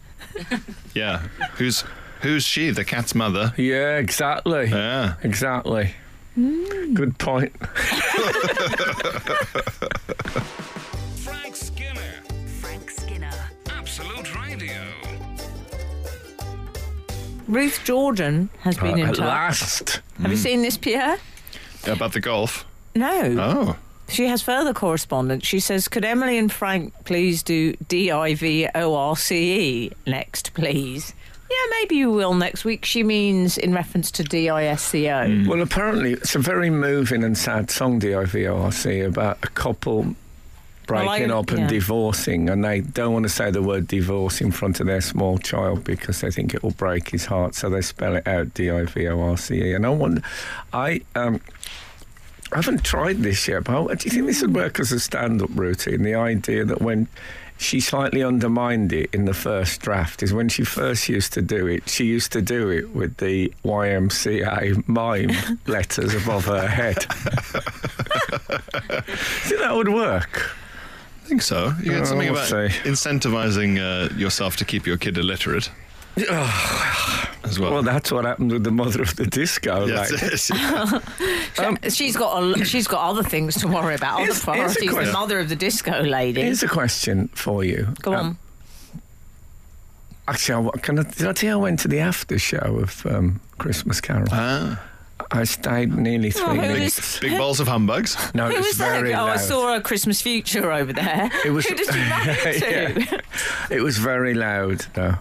Speaker 5: Yeah. Who's who's she? The cat's mother.
Speaker 3: Yeah, exactly.
Speaker 5: Yeah.
Speaker 3: Exactly.
Speaker 4: Mm.
Speaker 3: Good point.
Speaker 1: Frank Skinner.
Speaker 2: Frank Skinner.
Speaker 1: Absolute Radio.
Speaker 4: Ruth Jordan has been in
Speaker 3: At
Speaker 4: touch.
Speaker 3: last.
Speaker 4: Have you seen this, Pierre?
Speaker 5: About the golf.
Speaker 4: No.
Speaker 5: Oh.
Speaker 4: She has further correspondence. She says, Could Emily and Frank please do D I V O R C E next, please? Yeah, maybe you will next week. She means in reference to D I S C O.
Speaker 3: Well, apparently, it's a very moving and sad song, D.I.V.O.R.C., about a couple breaking
Speaker 4: Well, I-
Speaker 3: up and
Speaker 4: yeah.
Speaker 3: divorcing, and they don't want to say the word divorce in front of their small child because they think it will break his heart, so they spell it out D.I.V.O.R.C.E. E. And I wonder, I. Um, I haven't tried this yet, but do you think this would work as a stand up routine? The idea that when she slightly undermined it in the first draft is when she first used to do it, she used to do it with the YMCA
Speaker 4: [laughs]
Speaker 3: mime letters above her head. [laughs] See, that would work.
Speaker 5: I think so. You
Speaker 3: Oh,
Speaker 5: had something
Speaker 3: we'll
Speaker 5: about
Speaker 3: see.
Speaker 5: incentivizing uh, yourself to keep your
Speaker 3: [sighs]
Speaker 5: kid illiterate. as well.
Speaker 3: Well, that's what happened with the mother of the disco.
Speaker 5: That's [laughs]
Speaker 3: like. um,
Speaker 5: it.
Speaker 4: she's got a, she's got other things to worry about, other
Speaker 3: Here's- here's a
Speaker 4: priorities. The
Speaker 3: question.
Speaker 4: mother of the disco lady.
Speaker 3: Here's a question for you.
Speaker 4: Go on.
Speaker 3: Um, Actually, I, wa- can I, did I tell you I went to the after show of um, Christmas Carol?
Speaker 5: Ah,
Speaker 3: I stayed nearly three
Speaker 4: Oh, who
Speaker 3: minutes.
Speaker 4: is-
Speaker 5: big, big balls of humbugs.
Speaker 3: No,
Speaker 4: Who
Speaker 3: it
Speaker 4: was
Speaker 3: was
Speaker 4: that?
Speaker 3: very
Speaker 4: Oh, I
Speaker 3: loud.
Speaker 4: saw a Christmas future
Speaker 3: [laughs]
Speaker 4: over there.
Speaker 3: It was-
Speaker 4: [laughs] Who did you run into?
Speaker 3: It was very loud, though.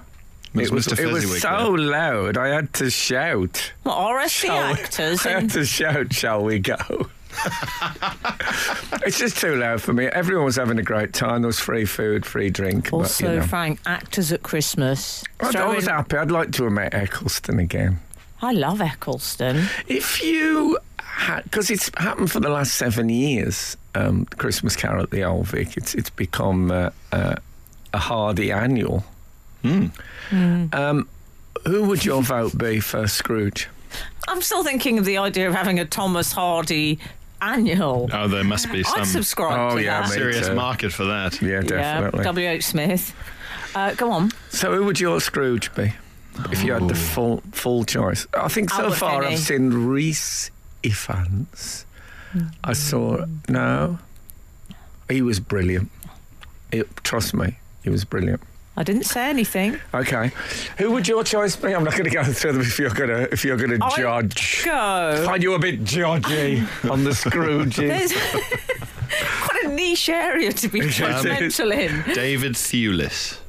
Speaker 5: It was Mr.
Speaker 3: it was
Speaker 5: Fezziwig
Speaker 3: so loud. I had to shout.
Speaker 4: What, RSC
Speaker 3: Shall we-
Speaker 4: actors?
Speaker 3: I
Speaker 4: in-
Speaker 3: had to shout, "Shall we go?" [laughs] it's just too loud for me. Everyone was having a great time. There was free food, free drink. but,
Speaker 4: also,
Speaker 3: you know.
Speaker 4: Frank, actors at Christmas.
Speaker 3: I, I
Speaker 4: Throwing-
Speaker 3: was happy. I'd like to have met Eccleston again.
Speaker 4: I love Eccleston.
Speaker 3: If you, because it's happened for the last seven years, um, Christmas Carol at the Old Vic, it's it's become uh, uh, a hardy annual.
Speaker 5: Hmm.
Speaker 3: Um, who would your vote be for Scrooge?
Speaker 4: I'm still thinking of the idea of having a Thomas Hardy annual.
Speaker 5: Oh, there must be
Speaker 4: I'd
Speaker 5: some
Speaker 4: subscribe
Speaker 3: Oh,
Speaker 4: to
Speaker 3: yeah,
Speaker 4: that.
Speaker 3: me
Speaker 5: serious
Speaker 3: too.
Speaker 5: market for that.
Speaker 3: Yeah, definitely.
Speaker 4: W.H. Smith. Uh, go on.
Speaker 3: so, who would your Scrooge be if you had the full full choice? I think so
Speaker 4: Albert
Speaker 3: far
Speaker 4: Finney.
Speaker 3: I've seen Reese Ifans. I saw no. He was brilliant. It, trust me, he was brilliant.
Speaker 4: I didn't say anything.
Speaker 3: Okay, who would your choice be? I'm not going to go through them if you're going to if you're going to
Speaker 4: I-
Speaker 3: judge.
Speaker 4: Go.
Speaker 3: Find you a bit
Speaker 4: [laughs]
Speaker 3: judgy on the Scrooges. [laughs]
Speaker 4: There's [laughs] quite a niche area to be judgmental in.
Speaker 5: David Thewlis.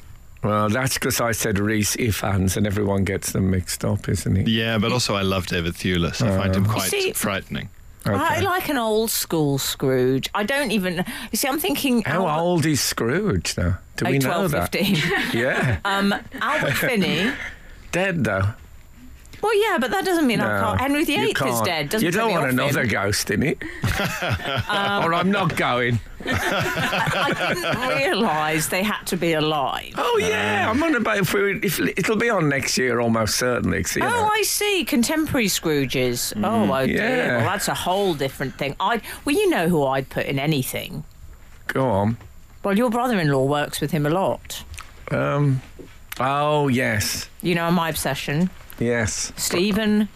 Speaker 3: Well, that's because I said Reese Ifans, and everyone gets them mixed up, isn't it?
Speaker 5: Yeah, but also I love David Thewlis. I find him quite
Speaker 4: Uh, see-
Speaker 5: frightening.
Speaker 4: I
Speaker 3: Okay.
Speaker 4: like an old school Scrooge. I don't even. You see, I'm thinking.
Speaker 3: How
Speaker 4: Albert-
Speaker 3: old is Scrooge now? Do
Speaker 4: Oh,
Speaker 3: we know
Speaker 4: 12,
Speaker 3: that? [laughs]
Speaker 4: 15.
Speaker 3: Yeah,
Speaker 4: um, Albert Finney.
Speaker 3: dead though.
Speaker 4: Well, yeah, but that doesn't mean I
Speaker 3: No,
Speaker 4: can't. Henry
Speaker 3: you
Speaker 4: VIII is
Speaker 3: can't.
Speaker 4: dead. Doesn't
Speaker 3: you
Speaker 4: put
Speaker 3: don't
Speaker 4: me
Speaker 3: want
Speaker 4: off
Speaker 3: another
Speaker 4: him.
Speaker 3: ghost in
Speaker 4: [laughs]
Speaker 3: it, [laughs] or I'm not going. [laughs]
Speaker 4: I didn't realise they had to be alive.
Speaker 3: Oh yeah, I'm on about if, we, if it'll be on next year almost certainly. 'cause, you know.
Speaker 4: Oh, I see. Contemporary Scrooges. oh, oh
Speaker 3: Mm,
Speaker 4: dear.
Speaker 3: yeah.
Speaker 4: Well, that's a whole different thing. I well, you know who I'd put in anything.
Speaker 3: Go on.
Speaker 4: Well, your brother-in-law works with him a lot.
Speaker 3: Um, oh yes,
Speaker 4: You know my obsession,
Speaker 3: yes,
Speaker 4: Stephen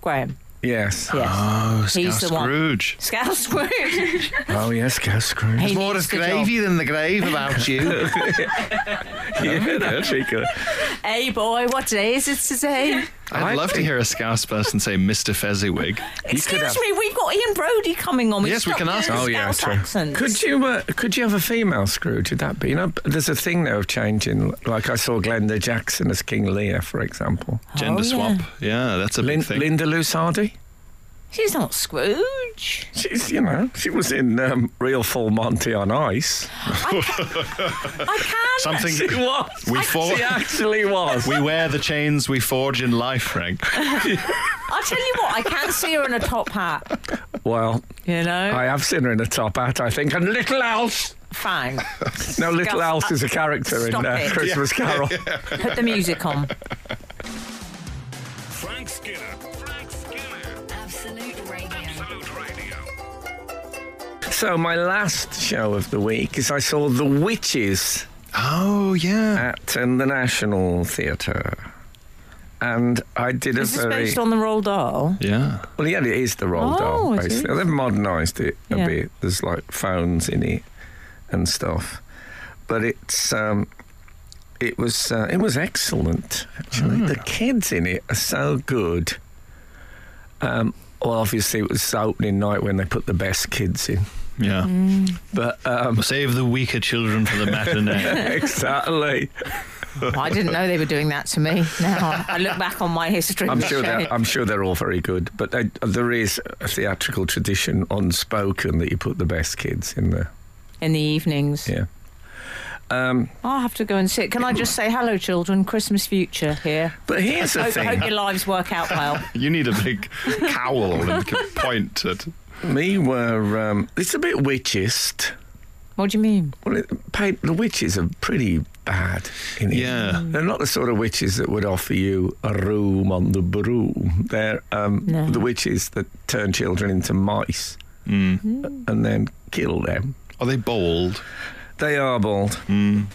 Speaker 4: Graham.
Speaker 3: yes.
Speaker 4: Yes,
Speaker 5: Oh,
Speaker 4: He's the one.
Speaker 5: Scrooge.
Speaker 4: Scout Scrooge.
Speaker 3: [laughs] Oh yes, Ghost Scrooge.
Speaker 4: He needs the job.
Speaker 5: than the grave
Speaker 4: [laughs]
Speaker 5: about
Speaker 3: [laughs]
Speaker 5: you.
Speaker 3: yeah, that'd be good.
Speaker 4: Hey boy, what day is it today?
Speaker 5: I'd
Speaker 3: I
Speaker 5: love to
Speaker 3: think-
Speaker 5: hear a Scouse person say Mr. Fezziwig.
Speaker 4: Excuse
Speaker 3: have-
Speaker 4: me, we've got Ian Brody coming on.
Speaker 5: Yes, we
Speaker 4: stopped
Speaker 5: can ask
Speaker 4: doing
Speaker 5: him.
Speaker 3: Oh, yeah,
Speaker 4: Scouse
Speaker 3: true.
Speaker 4: accents.
Speaker 3: Could you uh, could you have a female Scrooge? Would that be? You know, there's a thing now of changing. Like I saw Glenda Jackson as King Lear, for example.
Speaker 5: Gender
Speaker 4: yeah.
Speaker 5: swap. Yeah, that's a big
Speaker 3: Lin-
Speaker 5: thing.
Speaker 3: Linda Lusardi.
Speaker 4: She's not Scrooge.
Speaker 3: She's, you know, she was in um, Real Full Monty on Ice.
Speaker 4: I can.
Speaker 3: [laughs]
Speaker 5: Something
Speaker 3: She was.
Speaker 5: [laughs] we forge.
Speaker 3: She actually
Speaker 5: [laughs]
Speaker 3: was.
Speaker 5: We wear the chains we forge in life, Frank.
Speaker 4: [laughs] I tell you what, I can see her in a top hat.
Speaker 3: Well,
Speaker 4: You know,
Speaker 3: I have seen her in a top hat, I think, and little else. [laughs]
Speaker 4: fang.
Speaker 3: No, little
Speaker 4: Gus,
Speaker 3: else is a character in
Speaker 4: stop
Speaker 3: uh,
Speaker 4: it.
Speaker 3: Christmas
Speaker 5: [laughs]
Speaker 3: Carol.
Speaker 4: Put the music
Speaker 3: [laughs]
Speaker 4: on.
Speaker 1: Frank Skinner. Frank Skinner.
Speaker 2: Absolute Radio.
Speaker 1: Absolute Radio.
Speaker 3: So my last show of the week is I saw The Witches.
Speaker 5: Oh
Speaker 4: Uh,
Speaker 5: yeah.
Speaker 3: at um, the National Theatre. And I did a
Speaker 4: Is this
Speaker 3: very
Speaker 4: based on the
Speaker 3: [laughs]
Speaker 4: Roald Dahl?
Speaker 5: Yeah.
Speaker 3: well, yeah, it is the Roald Dahl.
Speaker 4: Oh, it
Speaker 3: basically.
Speaker 4: is.
Speaker 3: They've modernised it a
Speaker 4: Yeah.
Speaker 3: bit. There's like phones in it and stuff, but it's um, it was uh, it was excellent actually.
Speaker 4: Hmm.
Speaker 3: The kids in it are so good. Um, well, obviously it was opening night when they put the best kids in,
Speaker 5: Yeah.
Speaker 3: but
Speaker 4: [laughs]
Speaker 3: um,
Speaker 5: Save the weaker children for the [laughs] matinee.
Speaker 3: exactly.
Speaker 4: I didn't know they were doing that to me. Now I look back on my history.
Speaker 3: I'm
Speaker 4: with
Speaker 3: sure
Speaker 4: shame.
Speaker 3: they're, I'm sure they're all very good, but they, there is a theatrical tradition, unspoken, that you put the best kids in there.
Speaker 4: in the evenings.
Speaker 3: Yeah. Um,
Speaker 4: I'll have to go and sit. Can I just say hello, children? Christmas future here.
Speaker 3: but here's the
Speaker 4: Hope, hope
Speaker 3: thing:
Speaker 4: your lives work out well.
Speaker 5: you need a big cowl and can point at.
Speaker 3: me were um, it's a bit witchist.
Speaker 4: what do you mean?
Speaker 3: Well, it, pa- the witches are pretty bad. In it.
Speaker 5: Yeah.
Speaker 3: they're not the sort of witches that would offer you a room on the broom. They're um,
Speaker 4: No.
Speaker 3: the witches that turn children into mice
Speaker 5: Mm.
Speaker 3: and then kill them.
Speaker 5: Are they bold?
Speaker 3: They are bald,
Speaker 5: Mm.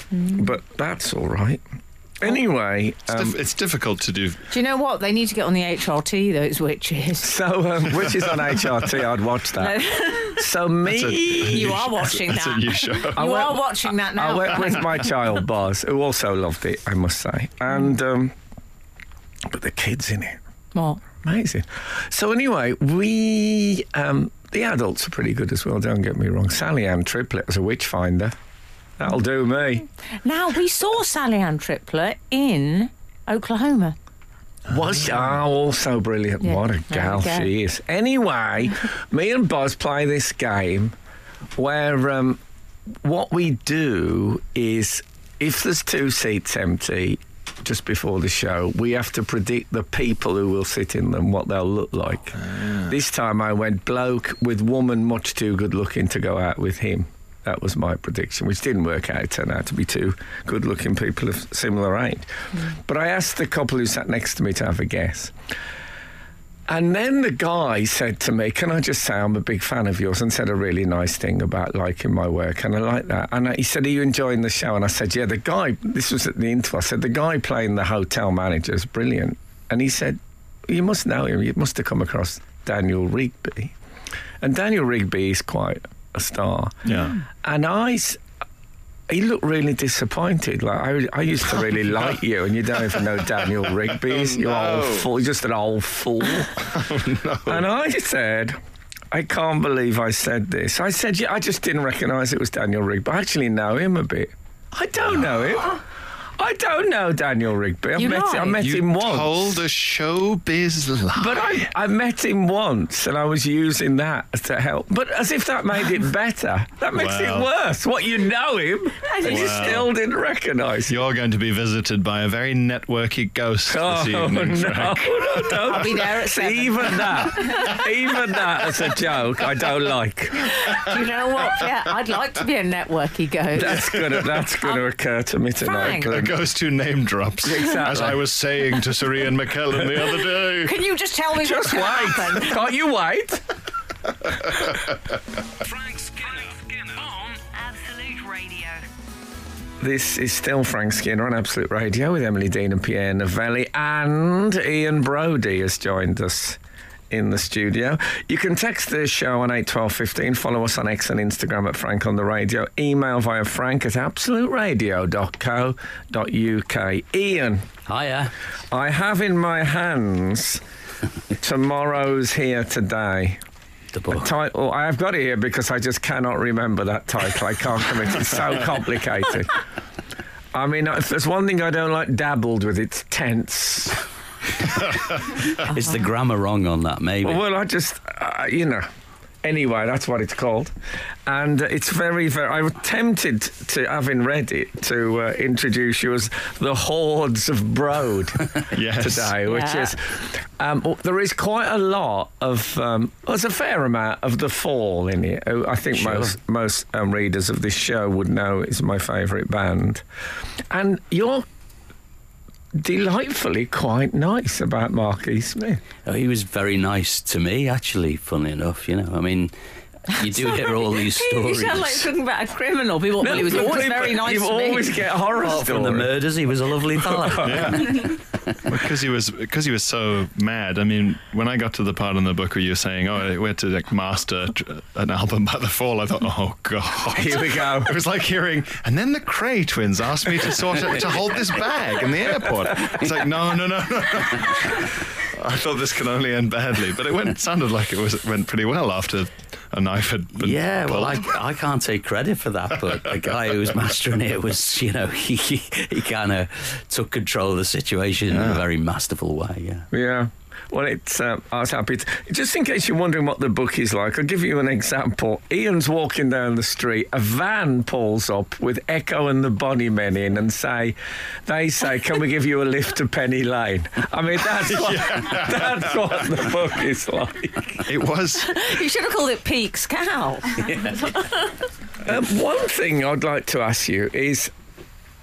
Speaker 3: but that's all right. Anyway,
Speaker 5: It's,
Speaker 3: um,
Speaker 5: dif- it's difficult to do.
Speaker 4: Do you know what? They need to get on the HRT, those witches.
Speaker 3: So, um, which is on HRT, I'd watch that. So,
Speaker 5: That's a-
Speaker 3: me,
Speaker 4: You are watching
Speaker 5: That's a
Speaker 4: that.
Speaker 5: new show.
Speaker 3: I
Speaker 4: you
Speaker 3: went-
Speaker 4: are watching that now.
Speaker 3: I went with my child, Boz, who also loved it, I must say. And, um, but the kids in it,
Speaker 4: What?
Speaker 3: amazing. So, anyway, we, um, the adults are pretty good as well, don't get me wrong. Sally Ann Triplett was a witch finder. That'll do me.
Speaker 4: Now, we saw Sally Ann Tripler in Oklahoma.
Speaker 3: Was ah, also brilliant.
Speaker 4: Yeah,
Speaker 3: What
Speaker 4: there
Speaker 3: a
Speaker 4: we
Speaker 3: gal
Speaker 4: go.
Speaker 3: she is. Anyway,
Speaker 4: [laughs]
Speaker 3: me and Boz play this game where um, what we do is if there's two seats empty just before the show, we have to predict the people who will sit in them, what they'll look like. This time I went bloke with woman much too good looking to go out with him. That was my prediction, which didn't work out. It turned out to be two good looking people of similar age. But I asked the couple who sat next to me to have a guess. And then the guy said to me, Can I just say I'm a big fan of yours? And said a really nice thing about liking my work. And I like that. And I, he said, Are you enjoying the show? And I said, Yeah, the guy, this was at the interval. I said, The guy playing the hotel manager is brilliant. And he said, You must know him. You must have come across Daniel Rigby. And Daniel Rigby is quite a star.
Speaker 5: Yeah.
Speaker 3: And I, s- he looked really disappointed. Like I, I used to
Speaker 5: [laughs]
Speaker 3: really like you, and you don't even know Daniel Rigby. you
Speaker 5: no.
Speaker 3: old fool. You're just an old fool. And I said. I can't believe I said this. I said, yeah, I just didn't recognise it was Daniel Rigby. I actually know him a bit. I don't know him. I don't know Daniel Rigby. I
Speaker 4: You
Speaker 3: met, I
Speaker 4: lied.
Speaker 3: met
Speaker 5: You
Speaker 3: him once.
Speaker 5: told a showbiz lie.
Speaker 3: But I, I met him once and I was using that to help. But as if that made
Speaker 4: [laughs]
Speaker 3: it better. That makes
Speaker 5: Wow.
Speaker 3: it worse. What, you know him and you
Speaker 5: Wow.
Speaker 3: still didn't recognise him.
Speaker 5: You're going to be visited by a very networky ghost
Speaker 3: Oh,
Speaker 5: this evening,
Speaker 3: no,
Speaker 5: Frank.
Speaker 3: [laughs] no, don't.
Speaker 4: I'll be there at
Speaker 3: See,
Speaker 4: seven.
Speaker 3: even that, even that as a joke, I don't like.
Speaker 4: Do you know what? Yeah, I'd like to be a networky ghost.
Speaker 3: That's gonna, that's gonna occur to me tonight.
Speaker 4: Frank.
Speaker 5: A
Speaker 3: Glenn.
Speaker 5: ghost who name drops. As I was saying to Sir Ian McKellen the other day.
Speaker 4: Can you just tell me
Speaker 3: Just
Speaker 4: what's going to
Speaker 3: wait.
Speaker 4: happen?
Speaker 3: Can't you wait?
Speaker 1: Frank Skinner. Skinner. On
Speaker 2: Absolute Radio.
Speaker 3: This is still Frank Skinner on Absolute Radio with Emily Dean and Pierre Novelli, and Ian Brody has joined us in the studio. You can text the show on 81215. Follow us on X and Instagram at Frank on the Radio. Email via frank at absoluteradio.co.uk. Ian,
Speaker 4: [laughs]
Speaker 6: Hiya.
Speaker 3: I have in my hands Tomorrow's Here Today.
Speaker 6: The book.
Speaker 3: Title, I have got it here because I just cannot remember that title. I can't commit. It's
Speaker 6: [laughs]
Speaker 3: so complicated. I mean, if there's one thing I don't like dabbled with, it's tense.
Speaker 6: Is the grammar wrong on that, maybe?
Speaker 3: Well, well, I just, uh, you know. Anyway, that's what it's called, and uh, it's very, very. I was tempted to, having read it, to uh, introduce you as the hordes of
Speaker 6: [laughs]
Speaker 3: Broad
Speaker 5: Yes.
Speaker 3: today, which
Speaker 4: Yeah.
Speaker 3: is um, w- there is quite a lot of. Um, well, there's a fair amount of the fall in it. who I think
Speaker 6: Sure.
Speaker 3: most most um, readers of this show would know is my favourite band, and you're delightfully quite nice about Mark E. Smith.
Speaker 6: Oh, he was very nice to me, actually, funny enough, you know. I mean, you do hear all these
Speaker 4: [laughs] You
Speaker 6: stories.
Speaker 4: sound like you're talking about a criminal. People, well,
Speaker 3: [laughs]
Speaker 4: he was always very nice
Speaker 3: You
Speaker 4: to me.
Speaker 3: always get horror
Speaker 6: Apart from the
Speaker 3: stories.
Speaker 6: murders, he was a
Speaker 4: [laughs]
Speaker 6: lovely fellow.
Speaker 5: Yeah. because he was because he was so mad. I mean, when I got to the part in the book where you were saying, "Oh, we had to like master tr- an album by the fall," I thought, "Oh God."
Speaker 3: Here we go.
Speaker 5: [laughs] It was like hearing, and then the Cray twins asked me to sort of, to hold this bag in the airport. It's like, no, no, no, no. no. I thought this could only end badly, but it went sounded like it was it went pretty well after a knife had been
Speaker 6: Yeah, well, I,
Speaker 5: pulled.
Speaker 6: I can't take credit for that, but the guy who was mastering it was, you know, [laughs] he, he kind of took control of the situation in a very masterful way, yeah.
Speaker 3: Yeah. Well, it's. Uh, I was happy. To, just in case you're wondering what the book is like, I'll give you an example. Ian's walking down the street. A van pulls up with Echo and the Bonnie Men in, and say, "They say, can we give you a lift to Penny Lane?" I mean,
Speaker 4: [laughs]
Speaker 3: that's what, that's what the book is like.
Speaker 5: it was
Speaker 4: You should have called it Peaks Cow.
Speaker 3: Um, one thing I'd like to ask you is,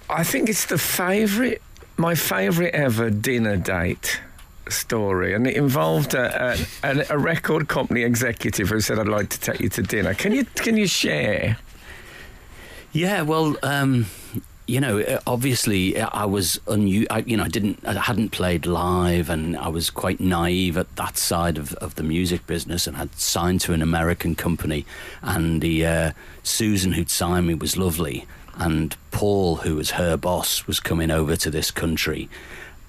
Speaker 3: I think it's the favourite, my favourite ever dinner date story, and it involved a, a, a, a record company executive who said, "I'd like to take you to dinner." Can you can you share?
Speaker 6: Yeah, well, um, you know, uh, obviously, uh, I was unu- I, you know, I didn't, I hadn't played live, and I was quite naive at that side of, of the music business, and had signed to an American company, and the uh, Susan who'd signed me was lovely, and Paul, who was her boss, was coming over to this country,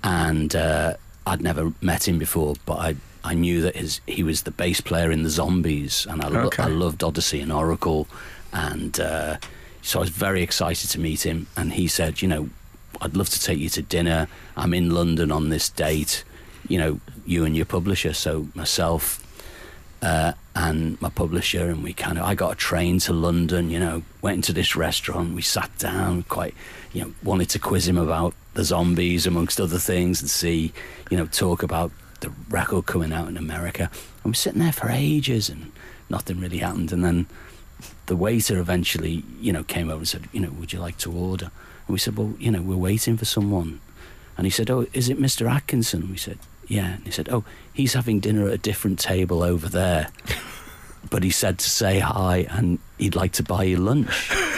Speaker 6: and uh, I'd never met him before, but I. I knew that his, he was the bass player in the Zombies, and I, lo-
Speaker 3: Okay.
Speaker 6: I loved Odyssey and Oracle, and uh, so I was very excited to meet him. And he said, you know, I'd love to take you to dinner. I'm in London on this date. You know, you and your publisher. So myself uh, and my publisher, and we kind of. I got a train to London. You know, went into this restaurant. We sat down. Quite, you know, wanted to quiz him about the zombies, amongst other things, and see, you know, talk about the record coming out in America. And we're sitting there for ages, and nothing really happened. And then the waiter eventually, you know, came over and said, you know, would you like to order? And we said, well, you know, we're waiting for someone. And he said, oh, is it Mr. Atkinson? We said, yeah. And he said, oh, he's having dinner at a different table over there. [laughs] But he said to say hi and he'd like to buy you lunch. [laughs]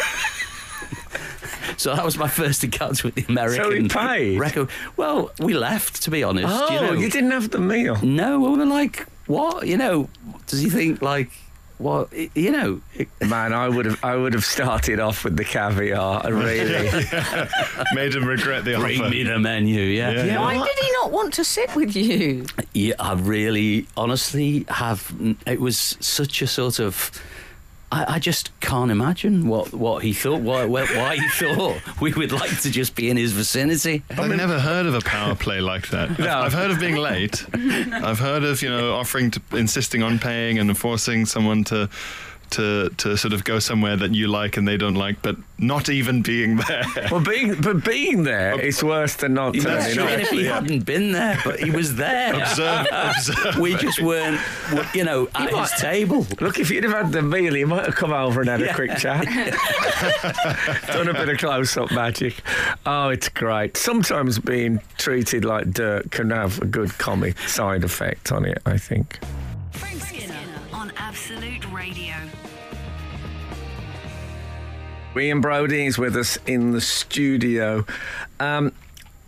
Speaker 6: so that was my first encounter with the American
Speaker 3: paid?
Speaker 6: record. Well, we left, to be honest.
Speaker 3: Oh,
Speaker 6: you,
Speaker 3: you,
Speaker 6: know.
Speaker 3: didn't have the meal.
Speaker 6: No, we were like, what? You know, does he think, like, what? You know, it-
Speaker 3: Man, I would have I would have started off with the caviar. I Really,
Speaker 6: [laughs]
Speaker 5: made him regret the
Speaker 6: Bring
Speaker 5: offer.
Speaker 6: me the menu, yeah.
Speaker 5: Yeah.
Speaker 6: Yeah,
Speaker 4: Why did he not want to sit with you?
Speaker 6: I really, honestly have. It was such a sort of. I, I just can't imagine what, what he thought, why, why, why he thought [laughs] we would like to just be in his vicinity.
Speaker 5: I've never heard of a power play like that.
Speaker 3: No.
Speaker 5: I've heard of being late. I've heard of you know offering to insisting on paying and forcing someone to to to sort of go somewhere that you like and they don't like, but not even being
Speaker 3: [laughs]
Speaker 5: there.
Speaker 3: well, being but being there is worse than not turning
Speaker 5: That's true.
Speaker 3: up.
Speaker 6: Even if he hadn't been there, but he was there.
Speaker 5: observe, observe.
Speaker 6: we just weren't, w- you know, at his table.
Speaker 3: Look, if you'd have had the meal, he might have come over and had a
Speaker 6: Yeah.
Speaker 3: quick chat. Done a bit of close up magic. Oh, it's great. Sometimes being treated like dirt can have a good comic side effect on it, I think.
Speaker 2: Frank Skinner on Absolute Radio.
Speaker 3: Ian Brody is with us in the studio. Um,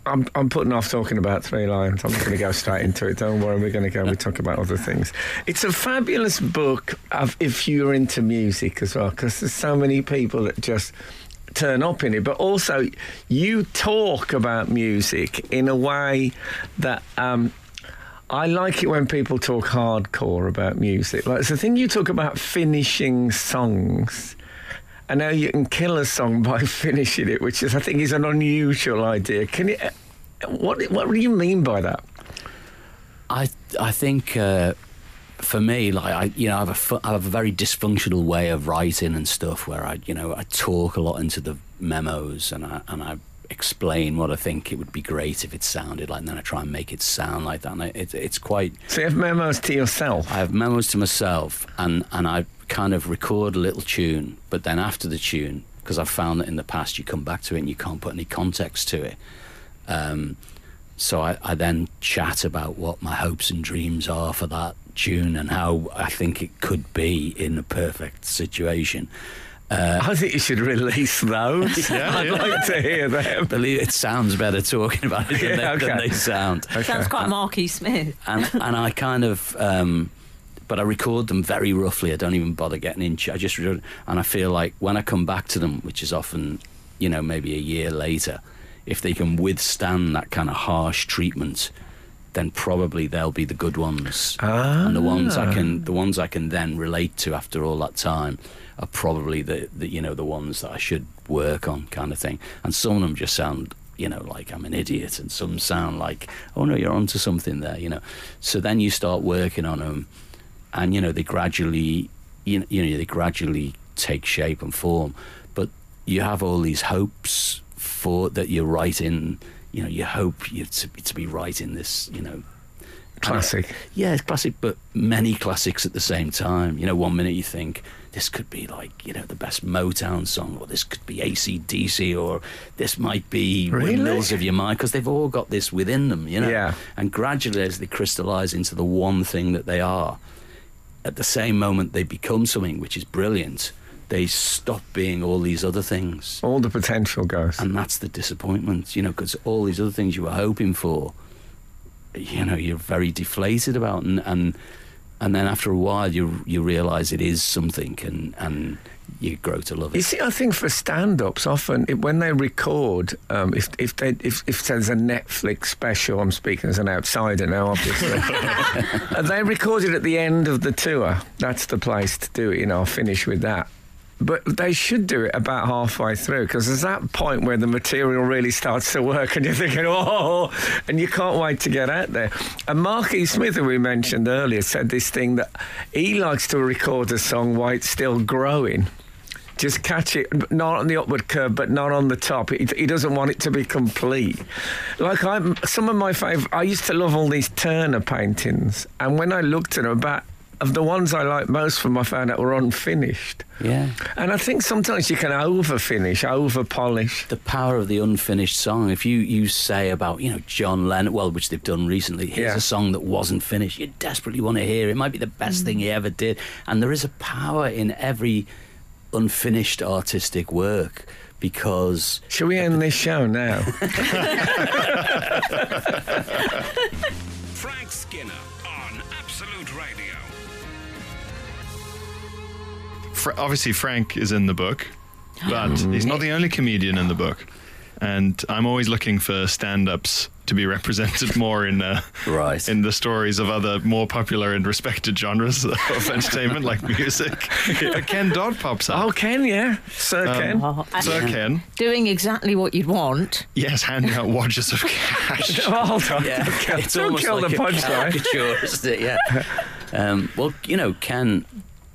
Speaker 3: I'm, I'm putting off talking about Three Lions. I'm going to go straight into it. Don't worry, we're going to go. We talk about other things. It's a fabulous book of, if you're into music as well, because there's so many people that just turn up in it. But also, you talk about music in a way that um, I like it when people talk hardcore about music. Like it's the thing you talk about finishing songs. And now you can kill a song [laughs] by finishing it, which is, I think, is an unusual idea. Can you? What What do you mean by that?
Speaker 6: I I think uh, for me, like I, you know, I have a fu- I have a very dysfunctional way of writing and stuff where I, you know, I talk a lot into the memos and I and I explain what I think it would be great if it sounded like, and then I try and make it sound like that. And I, it, it's quite
Speaker 3: So you have memos to yourself.
Speaker 6: I have memos to myself, and, and I kind of record a little tune, but then after the tune, because I've found that in the past you come back to it and you can't put any context to it. Um, so I, I then chat about what my hopes and dreams are for that tune and how I think it could be in a perfect situation.
Speaker 3: I think you should release those.
Speaker 5: Uh, [laughs]
Speaker 3: [laughs]
Speaker 5: Yeah,
Speaker 3: I'd
Speaker 5: yeah.
Speaker 3: like to hear them.
Speaker 6: Believe it sounds better talking about it than,
Speaker 3: [laughs] Yeah,
Speaker 6: they, than
Speaker 3: okay.
Speaker 6: they sound.
Speaker 4: Sounds quite Marky Smith.
Speaker 6: and and I kind of um, but I record them very roughly. I don't even bother getting in. I just record, and I feel like when I come back to them, which is often you know maybe a year later, if they can withstand that kind of harsh treatment, then probably they'll be the good ones. And the ones I can the ones I can then relate to after all that time are probably the, the you know the ones that I should work on kind of thing. And some of them just sound you know like I'm an idiot, and some sound like oh no you're onto something there you know. So then you start working on them, and you know they gradually you know, you know they gradually take shape and form, but you have all these hopes for that you're writing. You know, you hope you to, to be writing this. You know,
Speaker 3: Classic.
Speaker 6: yeah, it's classic, but many classics at the same time. You know, one minute you think this could be like, you know, the best Motown song, or this could be AC/DC, or this might be
Speaker 3: Really?
Speaker 6: Windmills of Your Mind, because they've all got this within them, you know?
Speaker 3: Yeah.
Speaker 6: And gradually, as they crystallize into the one thing that they are, at the same moment they become something which is brilliant, they stop being all these other things.
Speaker 3: All the potential goes.
Speaker 6: And that's the disappointment, you know, because all these other things you were hoping for, you know, you're very deflated about, and and, and then after a while, you you realise it is something, and and you grow to love
Speaker 3: You
Speaker 6: it.
Speaker 3: see, I think for stand-ups, often it, when they record, um, if if they if, if there's a Netflix special, I'm speaking as an outsider now, obviously. Uh, they record it at the end of the tour. That's the place to do it. You know, I'll finish with that. But they should do it about halfway through because there's that point where the material really starts to work and you're thinking, [laughs] oh, and you can't wait to get out there. And Mark E. Smith, who we mentioned earlier, said this thing that he likes to record a song while it's still growing. Just catch it, but not on the upward curve, but not on the top. He, he doesn't want it to be complete. Like I'm, some of my favourite. I used to love all these Turner paintings, and when I looked at them, about of the ones I liked most from, I found out were unfinished.
Speaker 6: Yeah,
Speaker 3: And I think sometimes you can over finish, over polish.
Speaker 6: the power of the unfinished song. If you you say about you know John Lennon, well, which they've done recently, here's
Speaker 3: Yeah.
Speaker 6: a song that wasn't finished. You desperately want to hear it. It Might be the best thing he ever did, and there is a power in every unfinished artistic work because
Speaker 3: Shall we end this show
Speaker 6: [laughs]
Speaker 3: now?
Speaker 1: Frank Skinner on Absolute Radio.
Speaker 5: Fra- obviously Frank is in
Speaker 4: [gasps]
Speaker 5: the book, but he's not the only comedian in the book. And I'm always looking for stand-ups to be represented [laughs] more in uh,
Speaker 6: Right.
Speaker 5: in the stories of other more popular and respected genres [laughs] of entertainment like [laughs] music. But Ken Dodd pops up.
Speaker 3: oh, Ken, yeah, Sir
Speaker 6: Um,
Speaker 3: Ken. [laughs]
Speaker 4: Oh, and
Speaker 5: Sir Ken,
Speaker 4: doing exactly what you'd want.
Speaker 5: yes, handing out wadges of cash.
Speaker 3: Oh, hold on.
Speaker 6: Yeah,
Speaker 3: Don't kill,
Speaker 6: [laughs] it's
Speaker 3: don't
Speaker 6: almost
Speaker 3: kill
Speaker 6: like
Speaker 3: the
Speaker 6: a [laughs]
Speaker 3: punchline.
Speaker 6: caricature, isn't it? Yeah.
Speaker 3: [laughs]
Speaker 6: Um, well, you know, Ken,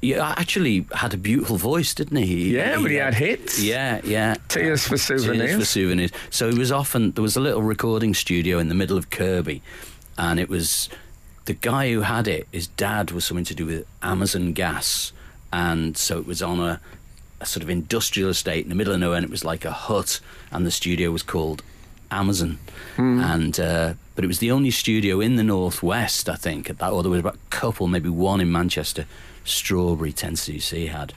Speaker 6: you actually had a beautiful voice, didn't he? uh,
Speaker 3: Yeah, but he had hits.
Speaker 6: Yeah, yeah.
Speaker 3: Tears for souvenirs.
Speaker 6: Tears for souvenirs. So he was often there was a little recording studio in the middle of Kirby, and it was the guy who had it. His dad was something to do with Amazon Gas, and so it was on a, a sort of industrial estate in the middle of nowhere, and it was like a hut, and the studio was called Amazon,
Speaker 3: Hmm.
Speaker 6: and. Uh, but it was the only studio in the northwest, I think, at that, or there was about a couple, maybe one in Manchester, Strawberry 10cc had.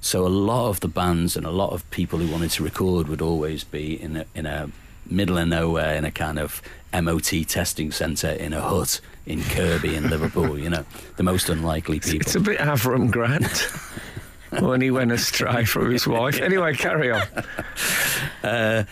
Speaker 6: So a lot of the bands and a lot of people who wanted to record would always be in a, in a middle of nowhere in a kind of MOT testing centre in a hut in Kirby in Liverpool. You know, the most unlikely
Speaker 3: [laughs]
Speaker 6: people.
Speaker 3: It's a bit Avram
Speaker 6: [laughs]
Speaker 3: Grant when he went astray from his wife. Anyway, carry on.
Speaker 6: Uh,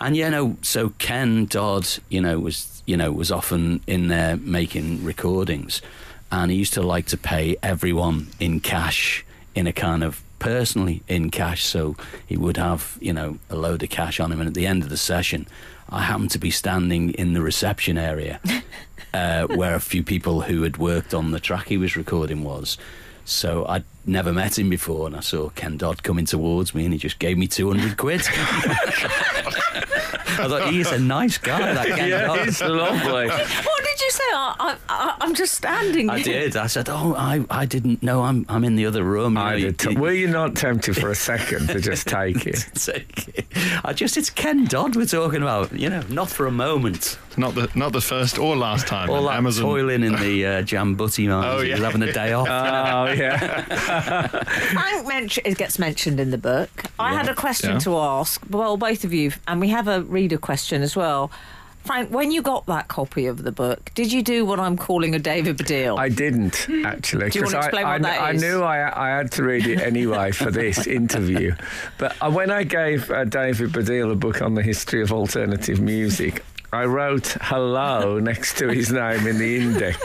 Speaker 6: and yeah, no. So Ken Dodd, you know, was you know was often in there making recordings, and he used to like to pay everyone in cash in a kind of personally in cash. So he would have you know a load of cash on him, and at the end of the session, I happened to be standing in the reception area uh, where a few people who had worked on the track he was recording was. So I'd never met him before, and I saw Ken Dodd coming towards me, and he just gave me 200 quid. [laughs] I thought, he is a nice guy, that Ken
Speaker 3: [laughs]
Speaker 6: Dodd.
Speaker 3: Yeah, it's lovely.
Speaker 4: What did you say? I, I, I, am just standing.
Speaker 6: I
Speaker 4: here.
Speaker 6: did. I said, "Oh, I, I didn't know. I'm, I'm in the other room." You know,
Speaker 3: I
Speaker 6: you-
Speaker 3: did. T-
Speaker 6: you-
Speaker 3: were you not tempted for a second to just take it?
Speaker 6: take it. I just, it's Ken Dodd we're talking about. You know, not for a moment.
Speaker 5: [laughs] Not the not the first or last time.
Speaker 6: All
Speaker 5: in
Speaker 6: that
Speaker 5: Amazon.
Speaker 6: toiling in the uh, Jambutti mines.
Speaker 5: Oh,
Speaker 6: He was
Speaker 5: yeah.
Speaker 6: having a day
Speaker 3: [laughs]
Speaker 6: off.
Speaker 3: Oh [laughs] yeah.
Speaker 4: [laughs] Frank mention, it gets mentioned in the book. I had a question
Speaker 5: Yeah.
Speaker 4: to ask. Well, both of you, and we have a reader question as well. Frank, when you got that copy of the book, did you do what I'm calling a David Baddiel?
Speaker 3: I didn't actually
Speaker 4: Do you want to
Speaker 3: I,
Speaker 4: explain
Speaker 3: I,
Speaker 4: what that
Speaker 3: I
Speaker 4: is?
Speaker 3: knew I, I had to read it anyway for
Speaker 4: [laughs]
Speaker 3: this interview. But uh, when I gave uh, David Baddiel a book on the history of alternative music, I wrote
Speaker 4: [laughs]
Speaker 3: "hello" next to his name in the index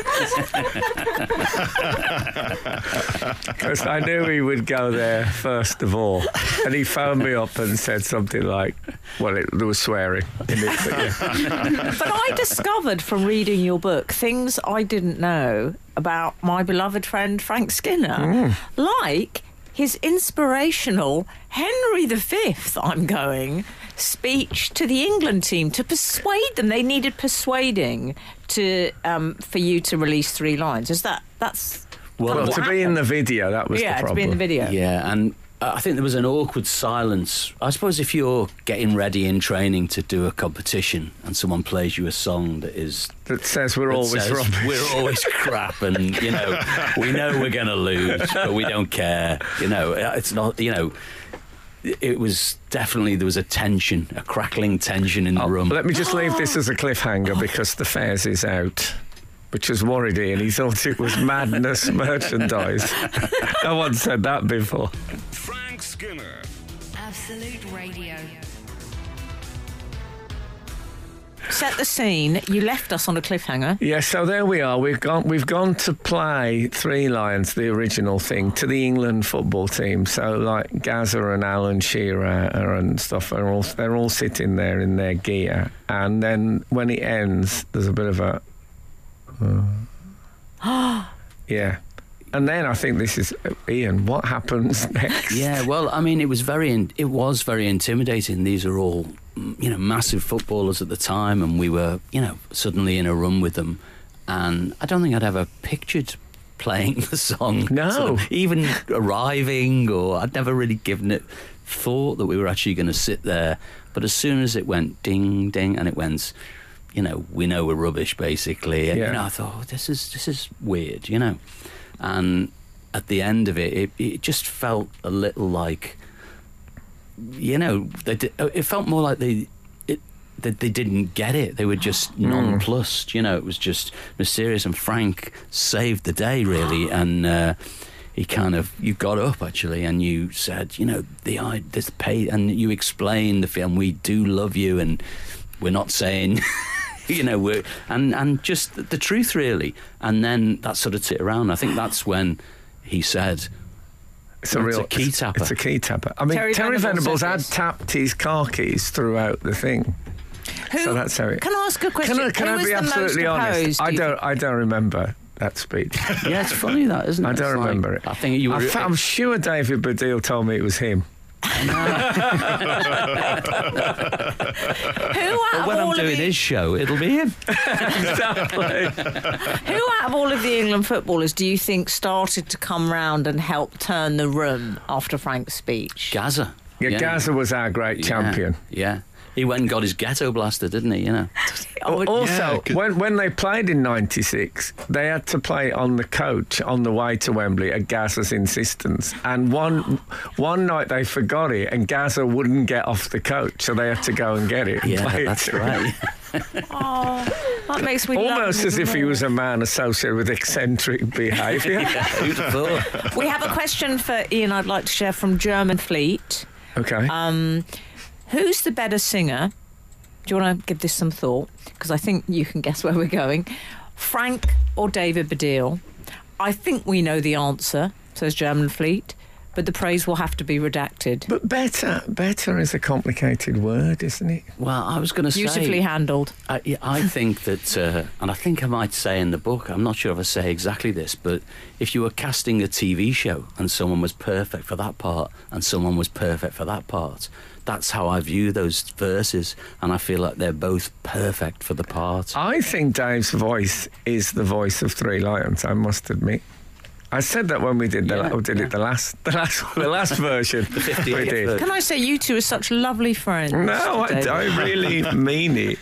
Speaker 3: because I knew he would go there first of all. And he phoned me up and said something like, "Well, it, there was swearing in it, but yeah."
Speaker 4: but I discovered from reading your book things I didn't know about my beloved friend Frank Skinner,
Speaker 3: Mm.
Speaker 4: like his inspirational Henry V, I'm going, speech to the England team to persuade them. They needed persuading to um, for you to release three lines. Is that that's
Speaker 6: Well,
Speaker 3: Well,
Speaker 4: what
Speaker 3: to be in
Speaker 4: happened?
Speaker 3: the video, that was
Speaker 4: yeah,
Speaker 3: the
Speaker 4: to
Speaker 3: problem.
Speaker 4: be in the video.
Speaker 6: Yeah, and I think there was an awkward silence. I suppose if you're getting ready in training to do a competition and someone plays you a song that is
Speaker 3: That says we're
Speaker 6: that
Speaker 3: always
Speaker 6: says,
Speaker 3: rubbish.
Speaker 6: we're always crap, and you know we know we're going to lose, but we don't care. You know, uh, it's not. You know, it was definitely there was a tension, a crackling tension in the
Speaker 3: Oh,
Speaker 6: room.
Speaker 3: Let me just leave this as a cliffhanger because the fairs is out. Which was worried Ian. He thought it was [laughs] madness merchandise. no one said that before.
Speaker 1: Frank Skinner.
Speaker 2: Absolute Radio.
Speaker 4: Set the scene. You left us on a cliffhanger.
Speaker 3: Yeah, so there we are. We've gone. We've gone to play Three Lions, the original thing, to the England football team. So like Gaza and Alan Shearer and stuff are all they're all sitting there in their gear. And then when it ends, there's a bit of a. yeah, and then I think this is Ian. What happens next?
Speaker 6: Yeah, well, I mean, it was very, in, it was very intimidating. These are all, mm, you know, massive footballers at the time, and we were, you know, suddenly in a room with them, and I don't think I'd ever pictured playing [laughs] the song.
Speaker 3: No.
Speaker 6: of even arriving, or I'd never really given it thought that we were actually going to sit there. But as soon as it went ding ding, and it went. You know, we know we're rubbish, basically. And,
Speaker 3: Yeah.
Speaker 6: You know, I thought oh, this is this is weird, you know. And at the end of it, it, it just felt a little like, you know, they did, it felt more like they it that they didn't get it. They were just
Speaker 3: Mm.
Speaker 6: nonplussed. You know, it was just mysterious. And Frank saved the
Speaker 3: [gasps]
Speaker 6: day really, and. Uh, he kind of you got up actually, and you said, you know, the I this pay, and you explained the film. We do love you, and we're not saying [laughs] you know, we're, and and just the truth really. And then that sort of tit around. I think that's when he said,
Speaker 3: It's a
Speaker 6: It's
Speaker 3: real
Speaker 6: a key tapper.
Speaker 3: It's a key tapper. I mean, Terry,
Speaker 4: Terry
Speaker 3: Venables,
Speaker 4: Venables said
Speaker 3: had
Speaker 4: this.
Speaker 3: tapped his car keys throughout the thing.
Speaker 4: Who,
Speaker 3: So that's how it.
Speaker 4: Can I ask a question?
Speaker 3: Can I, can
Speaker 4: Who
Speaker 3: I
Speaker 4: was
Speaker 3: be
Speaker 4: the most
Speaker 3: absolutely honest?
Speaker 4: opposed,
Speaker 3: I
Speaker 4: do you
Speaker 3: don't. I don't remember that
Speaker 6: [laughs]
Speaker 3: speech.
Speaker 6: "Yeah, it's funny that, isn't it?"
Speaker 3: I
Speaker 6: It's
Speaker 3: don't
Speaker 6: like-
Speaker 3: remember it.
Speaker 6: I think you were.
Speaker 3: I am sure David Baddiel told me it was him.
Speaker 4: Who out
Speaker 6: but when
Speaker 4: of all of
Speaker 6: I'm doing
Speaker 4: the,
Speaker 6: his show, it'll be him.
Speaker 4: who out of all of the England footballers do you think started to come round and help turn the room after Frank's speech?
Speaker 6: Gaza.
Speaker 3: Yeah, Gaza was our great champion.
Speaker 6: Yeah. He went and got his ghetto blaster, didn't he? You know.
Speaker 4: I would-
Speaker 5: Yeah,
Speaker 3: Also,
Speaker 5: 'cause-
Speaker 3: when, when they played in '96, they had to play on the coach on the way to Wembley at Gaza's insistence. And one one night they forgot it, and Gaza wouldn't get off the coach, so they had to go and get it. and
Speaker 6: [laughs] Yeah,
Speaker 3: play it.
Speaker 6: that's [laughs] right.
Speaker 4: Oh, that makes me love
Speaker 3: Almost
Speaker 4: him
Speaker 3: as
Speaker 4: even
Speaker 3: if he
Speaker 4: more.
Speaker 3: was a man associated with eccentric
Speaker 6: [laughs]
Speaker 3: behaviour.
Speaker 6: Who'd have thought?
Speaker 4: We have a question for Ian. I'd like to share from German Fleet.
Speaker 3: Okay.
Speaker 4: Um, who's the better singer? Do you want to give this some thought? Because I think you can guess where we're going. Frank or David Baddiel? I think we know the answer, says German Fleet, but the praise will have to be redacted.
Speaker 3: but better, better is a complicated word, isn't it?
Speaker 6: Well, I was going to say.
Speaker 4: Beautifully handled.
Speaker 6: I, yeah, I think that, uh, and I think I might say in the book, I'm not sure if I say exactly this, but if you were casting a TV show and someone was perfect for that part and someone was perfect for that part, that's how I view those verses, and I feel like they're both perfect for the part. [laughs]
Speaker 3: I think Dave's voice is the voice of Three Lions. I must admit. I said that when we did the
Speaker 6: Yeah,
Speaker 3: la- did
Speaker 6: yeah.
Speaker 3: it the last the last the last version we
Speaker 6: [laughs]
Speaker 3: did.
Speaker 6: 58th version.
Speaker 4: Can I say you two are such lovely friends?
Speaker 3: No, I,
Speaker 4: David?
Speaker 3: I really mean it.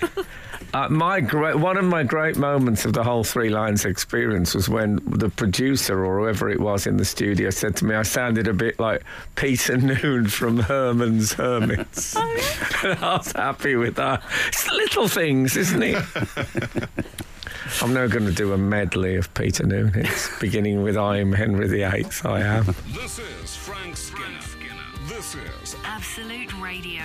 Speaker 3: Uh, my great, one of my great moments of the whole Three Lions experience was when the producer or whoever it was in the studio said to me, "I sounded a bit like Peter [laughs] Noon from Herman's Hermits." [laughs] and I was happy with that. It's the little things, isn't it? I'm now going to do a medley of Peter Noon. It's beginning with "I'm Henry VIII." I am.
Speaker 1: This is Frank Skinner. This is
Speaker 2: Absolute Radio.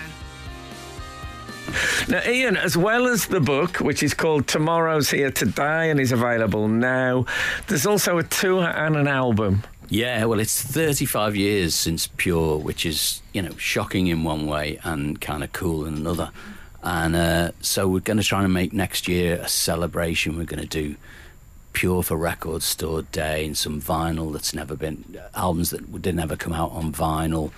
Speaker 3: Now, Ian, as well as the book, which is called Tomorrow's Here Today and is available now, there's also a tour and an album.
Speaker 6: Yeah, well, it's 35 years since Pure, which is, you know, shocking in one way and kind of cool in another. And uh, so we're going to try and make next year a celebration. We're going to do Pure for Record Store Day and some vinyl that's never been, uh, albums that didn't ever come out on vinyl,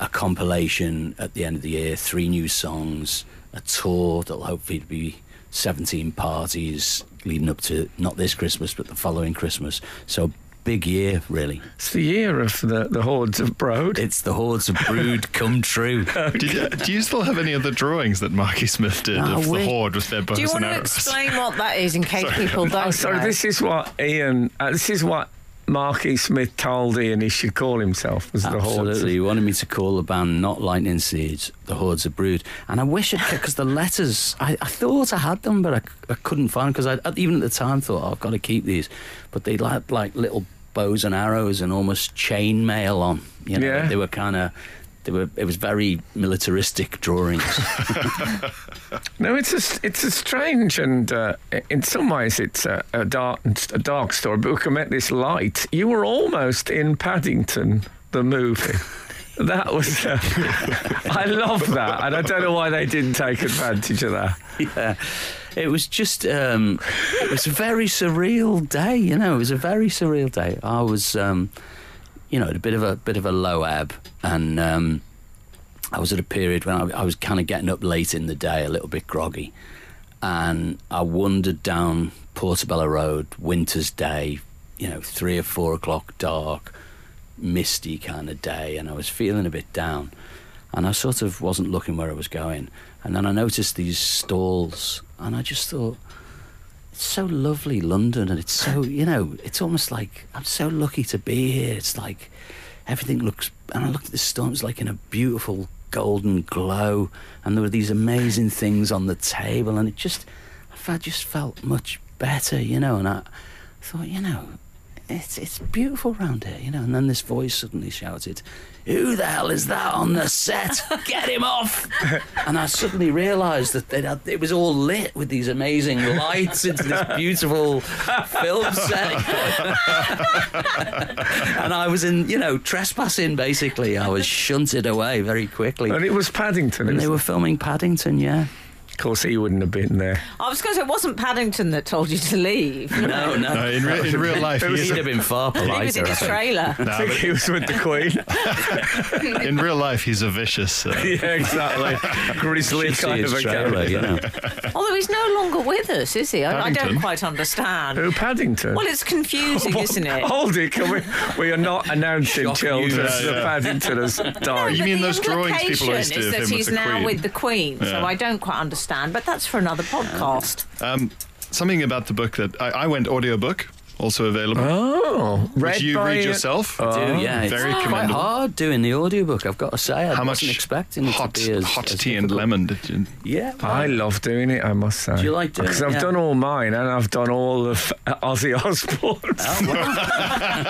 Speaker 6: a compilation at the end of the year, three new songs, a tour that'll hopefully be 17 parties leading up to not this Christmas, but the following Christmas. So, big year, really.
Speaker 3: It's the year of the, the Hordes of Broad.
Speaker 6: It's the hordes of brood come true.
Speaker 5: [laughs] Did you, do you still have any of the drawings that Marky Smith did
Speaker 6: No,
Speaker 5: of the
Speaker 6: we-
Speaker 5: horde with their bows
Speaker 4: Do you want
Speaker 5: and
Speaker 4: to
Speaker 5: arrows?
Speaker 4: explain what that
Speaker 5: [laughs]
Speaker 4: is in case people don't?
Speaker 3: Oh, sorry,
Speaker 4: know?
Speaker 3: this is what Ian, uh, this is what Marky Smith told Ian he should call himself, was the Hordes.
Speaker 6: Absolutely.
Speaker 3: of-
Speaker 6: You wanted me to call the band not Lightning Seeds, the Hordes of Brood. And I wish I'd, because the letters, I, I thought I had them, but I, c- I couldn't find them because I, even at the time thought, oh, I've got to keep these. But they had like little bows and arrows and almost chain mail on. You know,
Speaker 3: Yeah.
Speaker 6: they were kind of, they were, it was very militaristic drawings.
Speaker 3: No, it's a, s- it's a strange and uh, in some ways it's a, a, dark, a dark story, but we can make this light. You were almost in Paddington, the movie. [laughs] That was. Uh, I love that, and I don't know why they didn't take advantage of that.
Speaker 6: yeah. It was just, um, it was a very surreal day. You know, it was a very surreal day. I was, um, you know, at a bit of a bit of a low ebb, and um, I was at a period when I, I was kind of getting up late in the day, a little bit groggy, and I wandered down Portobello Road, winter's day, you know, three or four o'clock, dark, misty kind of day, and I was feeling a bit down, and I sort of wasn't looking where I was going, and then I noticed these stalls, and I just thought. It's so lovely, London, and it's so you know, it's almost like I'm so lucky to be here. It's like everything looks, and I looked at the storm. It's like in a beautiful golden glow, and there were these amazing things on the table, and it just, I fe- I just felt much better, you know. And I thought, you know, it's it's beautiful round here, you know. And then this voice suddenly shouted, "Who the hell is that on the set? Get him off!" and I suddenly realised that they'd had, it was all lit with these amazing lights into this beautiful film set, [laughs] and I was in, you know, trespassing. Basically, I was shunted away very quickly.
Speaker 3: And it was Paddington. it
Speaker 6: And they
Speaker 3: was-
Speaker 6: were filming Paddington, yeah.
Speaker 3: Of course, he wouldn't have been there.
Speaker 4: I was going to say, it wasn't Paddington that told you to leave.
Speaker 5: [laughs]
Speaker 4: No,
Speaker 6: No, no.
Speaker 5: No, in, re- in real life, he
Speaker 6: [laughs] He'd
Speaker 5: is
Speaker 6: have been far
Speaker 4: he was
Speaker 6: politer.
Speaker 4: in
Speaker 6: I
Speaker 4: his
Speaker 6: think.
Speaker 5: [laughs]
Speaker 4: trailer.
Speaker 3: I think he was with the Queen.
Speaker 5: a, in real life, he's a vicious. [laughs] Uh,
Speaker 3: [laughs] yeah, exactly. Grizzly
Speaker 6: Should see
Speaker 3: kind
Speaker 6: his
Speaker 3: of a
Speaker 6: trailer,
Speaker 3: character.
Speaker 6: you know.
Speaker 4: Although he's no longer with us, is he? I, I don't
Speaker 5: Paddington?
Speaker 4: quite understand.
Speaker 3: Who, Paddington?
Speaker 4: Well, it's
Speaker 5: [laughs]
Speaker 4: confusing, isn't it?
Speaker 5: Oh,
Speaker 3: Hold it, can we? We are not announcing
Speaker 6: Shock
Speaker 3: children
Speaker 6: you.
Speaker 3: that
Speaker 5: Yeah, yeah.
Speaker 3: Paddington has
Speaker 4: No,
Speaker 3: died.
Speaker 5: You
Speaker 4: but
Speaker 5: mean
Speaker 4: the
Speaker 5: those drawings people always
Speaker 4: implication
Speaker 5: do
Speaker 4: is
Speaker 5: of
Speaker 4: that
Speaker 5: him with
Speaker 4: he's
Speaker 5: the
Speaker 4: now
Speaker 5: Queen?
Speaker 4: with the Queen, so
Speaker 5: Yeah.
Speaker 4: I don't quite understand. But that's for another podcast.
Speaker 5: Um, something about the book that I, I went audiobook, also available.
Speaker 3: Oh,
Speaker 5: Which you read yourself?
Speaker 6: uh, Do, yeah, it's
Speaker 5: Very
Speaker 6: quite
Speaker 5: commendable.
Speaker 6: hard doing the audiobook. I've got to say, I
Speaker 5: How much
Speaker 6: wasn't expecting it
Speaker 5: hot,
Speaker 6: to be as
Speaker 5: hot
Speaker 6: as
Speaker 5: tea and
Speaker 6: difficult.
Speaker 5: lemon did you?
Speaker 6: Yeah,
Speaker 3: I
Speaker 6: well,
Speaker 3: love doing it, I must say.
Speaker 6: Do you like doing
Speaker 3: Because
Speaker 6: it?
Speaker 3: I've
Speaker 6: Yeah.
Speaker 3: done all mine and I've done all of [laughs] Ozzy Osbourne's.
Speaker 6: Oh,
Speaker 3: [laughs]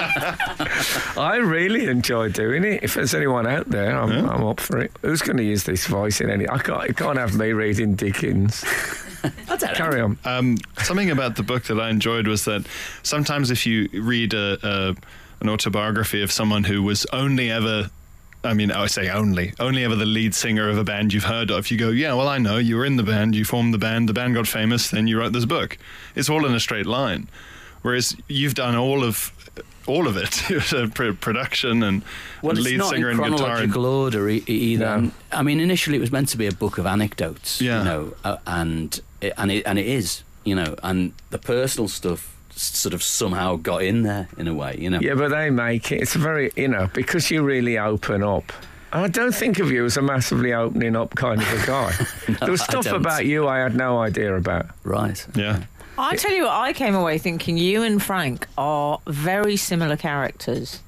Speaker 3: I really enjoy doing it. If there's anyone out there, I'm, I'm up for it. Who's going to use this voice in any? I can't, it can't have me reading
Speaker 6: [laughs]
Speaker 3: Dickens.
Speaker 6: I don't know.
Speaker 3: Carry on.
Speaker 5: Um, something about the book that I enjoyed was that sometimes if you read a, a an autobiography of someone who was only ever I mean, I would say only, only ever the lead singer of a band you've heard of. You go, yeah, well, I know. You were in the band, you formed the band, the band got famous, then you wrote this book. It's all in a straight line. Whereas you've done all of all of it [laughs] Pr- production and,
Speaker 6: Well,
Speaker 5: and
Speaker 6: it's
Speaker 5: lead
Speaker 6: not
Speaker 5: singer
Speaker 6: in
Speaker 5: and guitar. and-
Speaker 6: chronological order e- e- either.
Speaker 3: No.
Speaker 6: And, I mean, initially it was meant to be a book of anecdotes,
Speaker 5: Yeah.
Speaker 6: you know, uh, and it, and it, and it is, you know, and the personal stuff s- sort of somehow got in there in a way, you know.
Speaker 3: Yeah, but they make it. It's very, you know, because you really open up. And I don't think of you as a massively opening up kind of a
Speaker 6: [laughs]
Speaker 3: guy. there was
Speaker 6: I
Speaker 3: stuff
Speaker 6: don't.
Speaker 3: about you I had no idea about.
Speaker 5: [laughs]
Speaker 6: Right.
Speaker 5: yeah.
Speaker 4: I tell you what, I came away thinking you and Frank are very similar characters.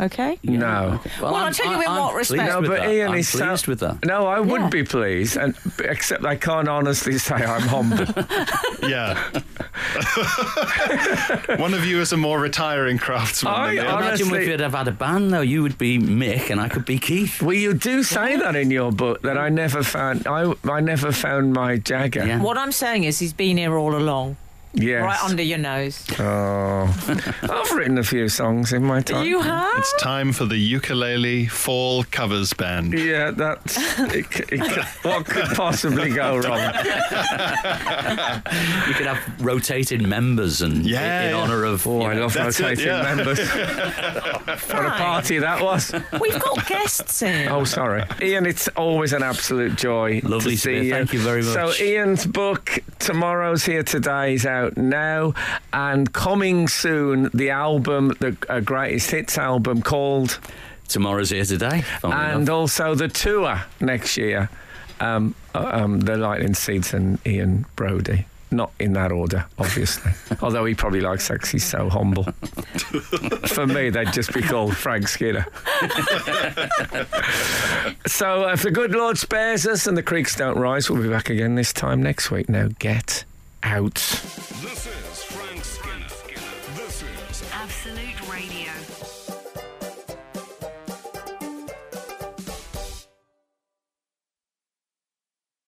Speaker 4: Okay?
Speaker 6: Yeah,
Speaker 3: No.
Speaker 6: okay.
Speaker 4: Well, I'll
Speaker 6: I'm-
Speaker 4: tell you
Speaker 6: I-
Speaker 4: in
Speaker 6: I'm
Speaker 4: what
Speaker 6: pleased
Speaker 4: respect-
Speaker 3: No,
Speaker 6: with
Speaker 3: but
Speaker 6: that.
Speaker 3: Ian
Speaker 6: I'm
Speaker 3: is so-
Speaker 6: pleased with that.
Speaker 3: No, I would
Speaker 4: Yeah.
Speaker 3: be pleased, and except I can't honestly say I'm
Speaker 6: [laughs]
Speaker 3: humble.
Speaker 5: Yeah. [laughs] One of you is a more retiring craftsman
Speaker 3: I-
Speaker 5: than the other.
Speaker 3: I-
Speaker 6: Imagine
Speaker 3: honestly-
Speaker 6: if you'd have had a band though, you would be Mick and I could be Keith.
Speaker 3: well, you do say that in your book that I never found I I never found my Jagger.
Speaker 6: Yeah.
Speaker 4: What I'm saying is he's been here all along,
Speaker 3: Yes.
Speaker 4: right under your nose.
Speaker 3: Oh, I've written a few songs in my time.
Speaker 4: You have?
Speaker 5: It's time for the ukulele fall covers band.
Speaker 3: Yeah, that's it, c- it, c- what could possibly go wrong.
Speaker 6: [laughs] You could have rotated members and
Speaker 5: Yeah,
Speaker 6: in, in
Speaker 5: yeah.
Speaker 6: honor of
Speaker 3: Oh,
Speaker 6: you
Speaker 3: I
Speaker 6: know,
Speaker 3: love
Speaker 5: that's it,
Speaker 3: rotating
Speaker 5: yeah.
Speaker 6: [laughs]
Speaker 3: members. what a
Speaker 4: Fine.
Speaker 3: party that was!
Speaker 4: We've got guests in.
Speaker 3: Oh, sorry, Ian. It's always an absolute joy.
Speaker 6: Lovely
Speaker 3: to
Speaker 6: to
Speaker 3: see
Speaker 6: hear.
Speaker 3: you.
Speaker 6: Thank you very much.
Speaker 3: So, Ian's book tomorrow's here today is out now, and coming soon the album, the uh, greatest hits album called,
Speaker 6: tomorrow's here today. funnily
Speaker 3: and
Speaker 6: enough.
Speaker 3: also the tour next year. Um, uh, um, the Lightning Seeds and Ian Brody. Not in that order, obviously. Although he probably likes sex, he's so humble. For me, they'd just be called Frank Skinner. So, uh, if the good Lord spares us and the creeks don't rise, we'll be back again this time next week. Now, get out.
Speaker 1: This is Frank Skinner. This is
Speaker 2: Absolute Radio.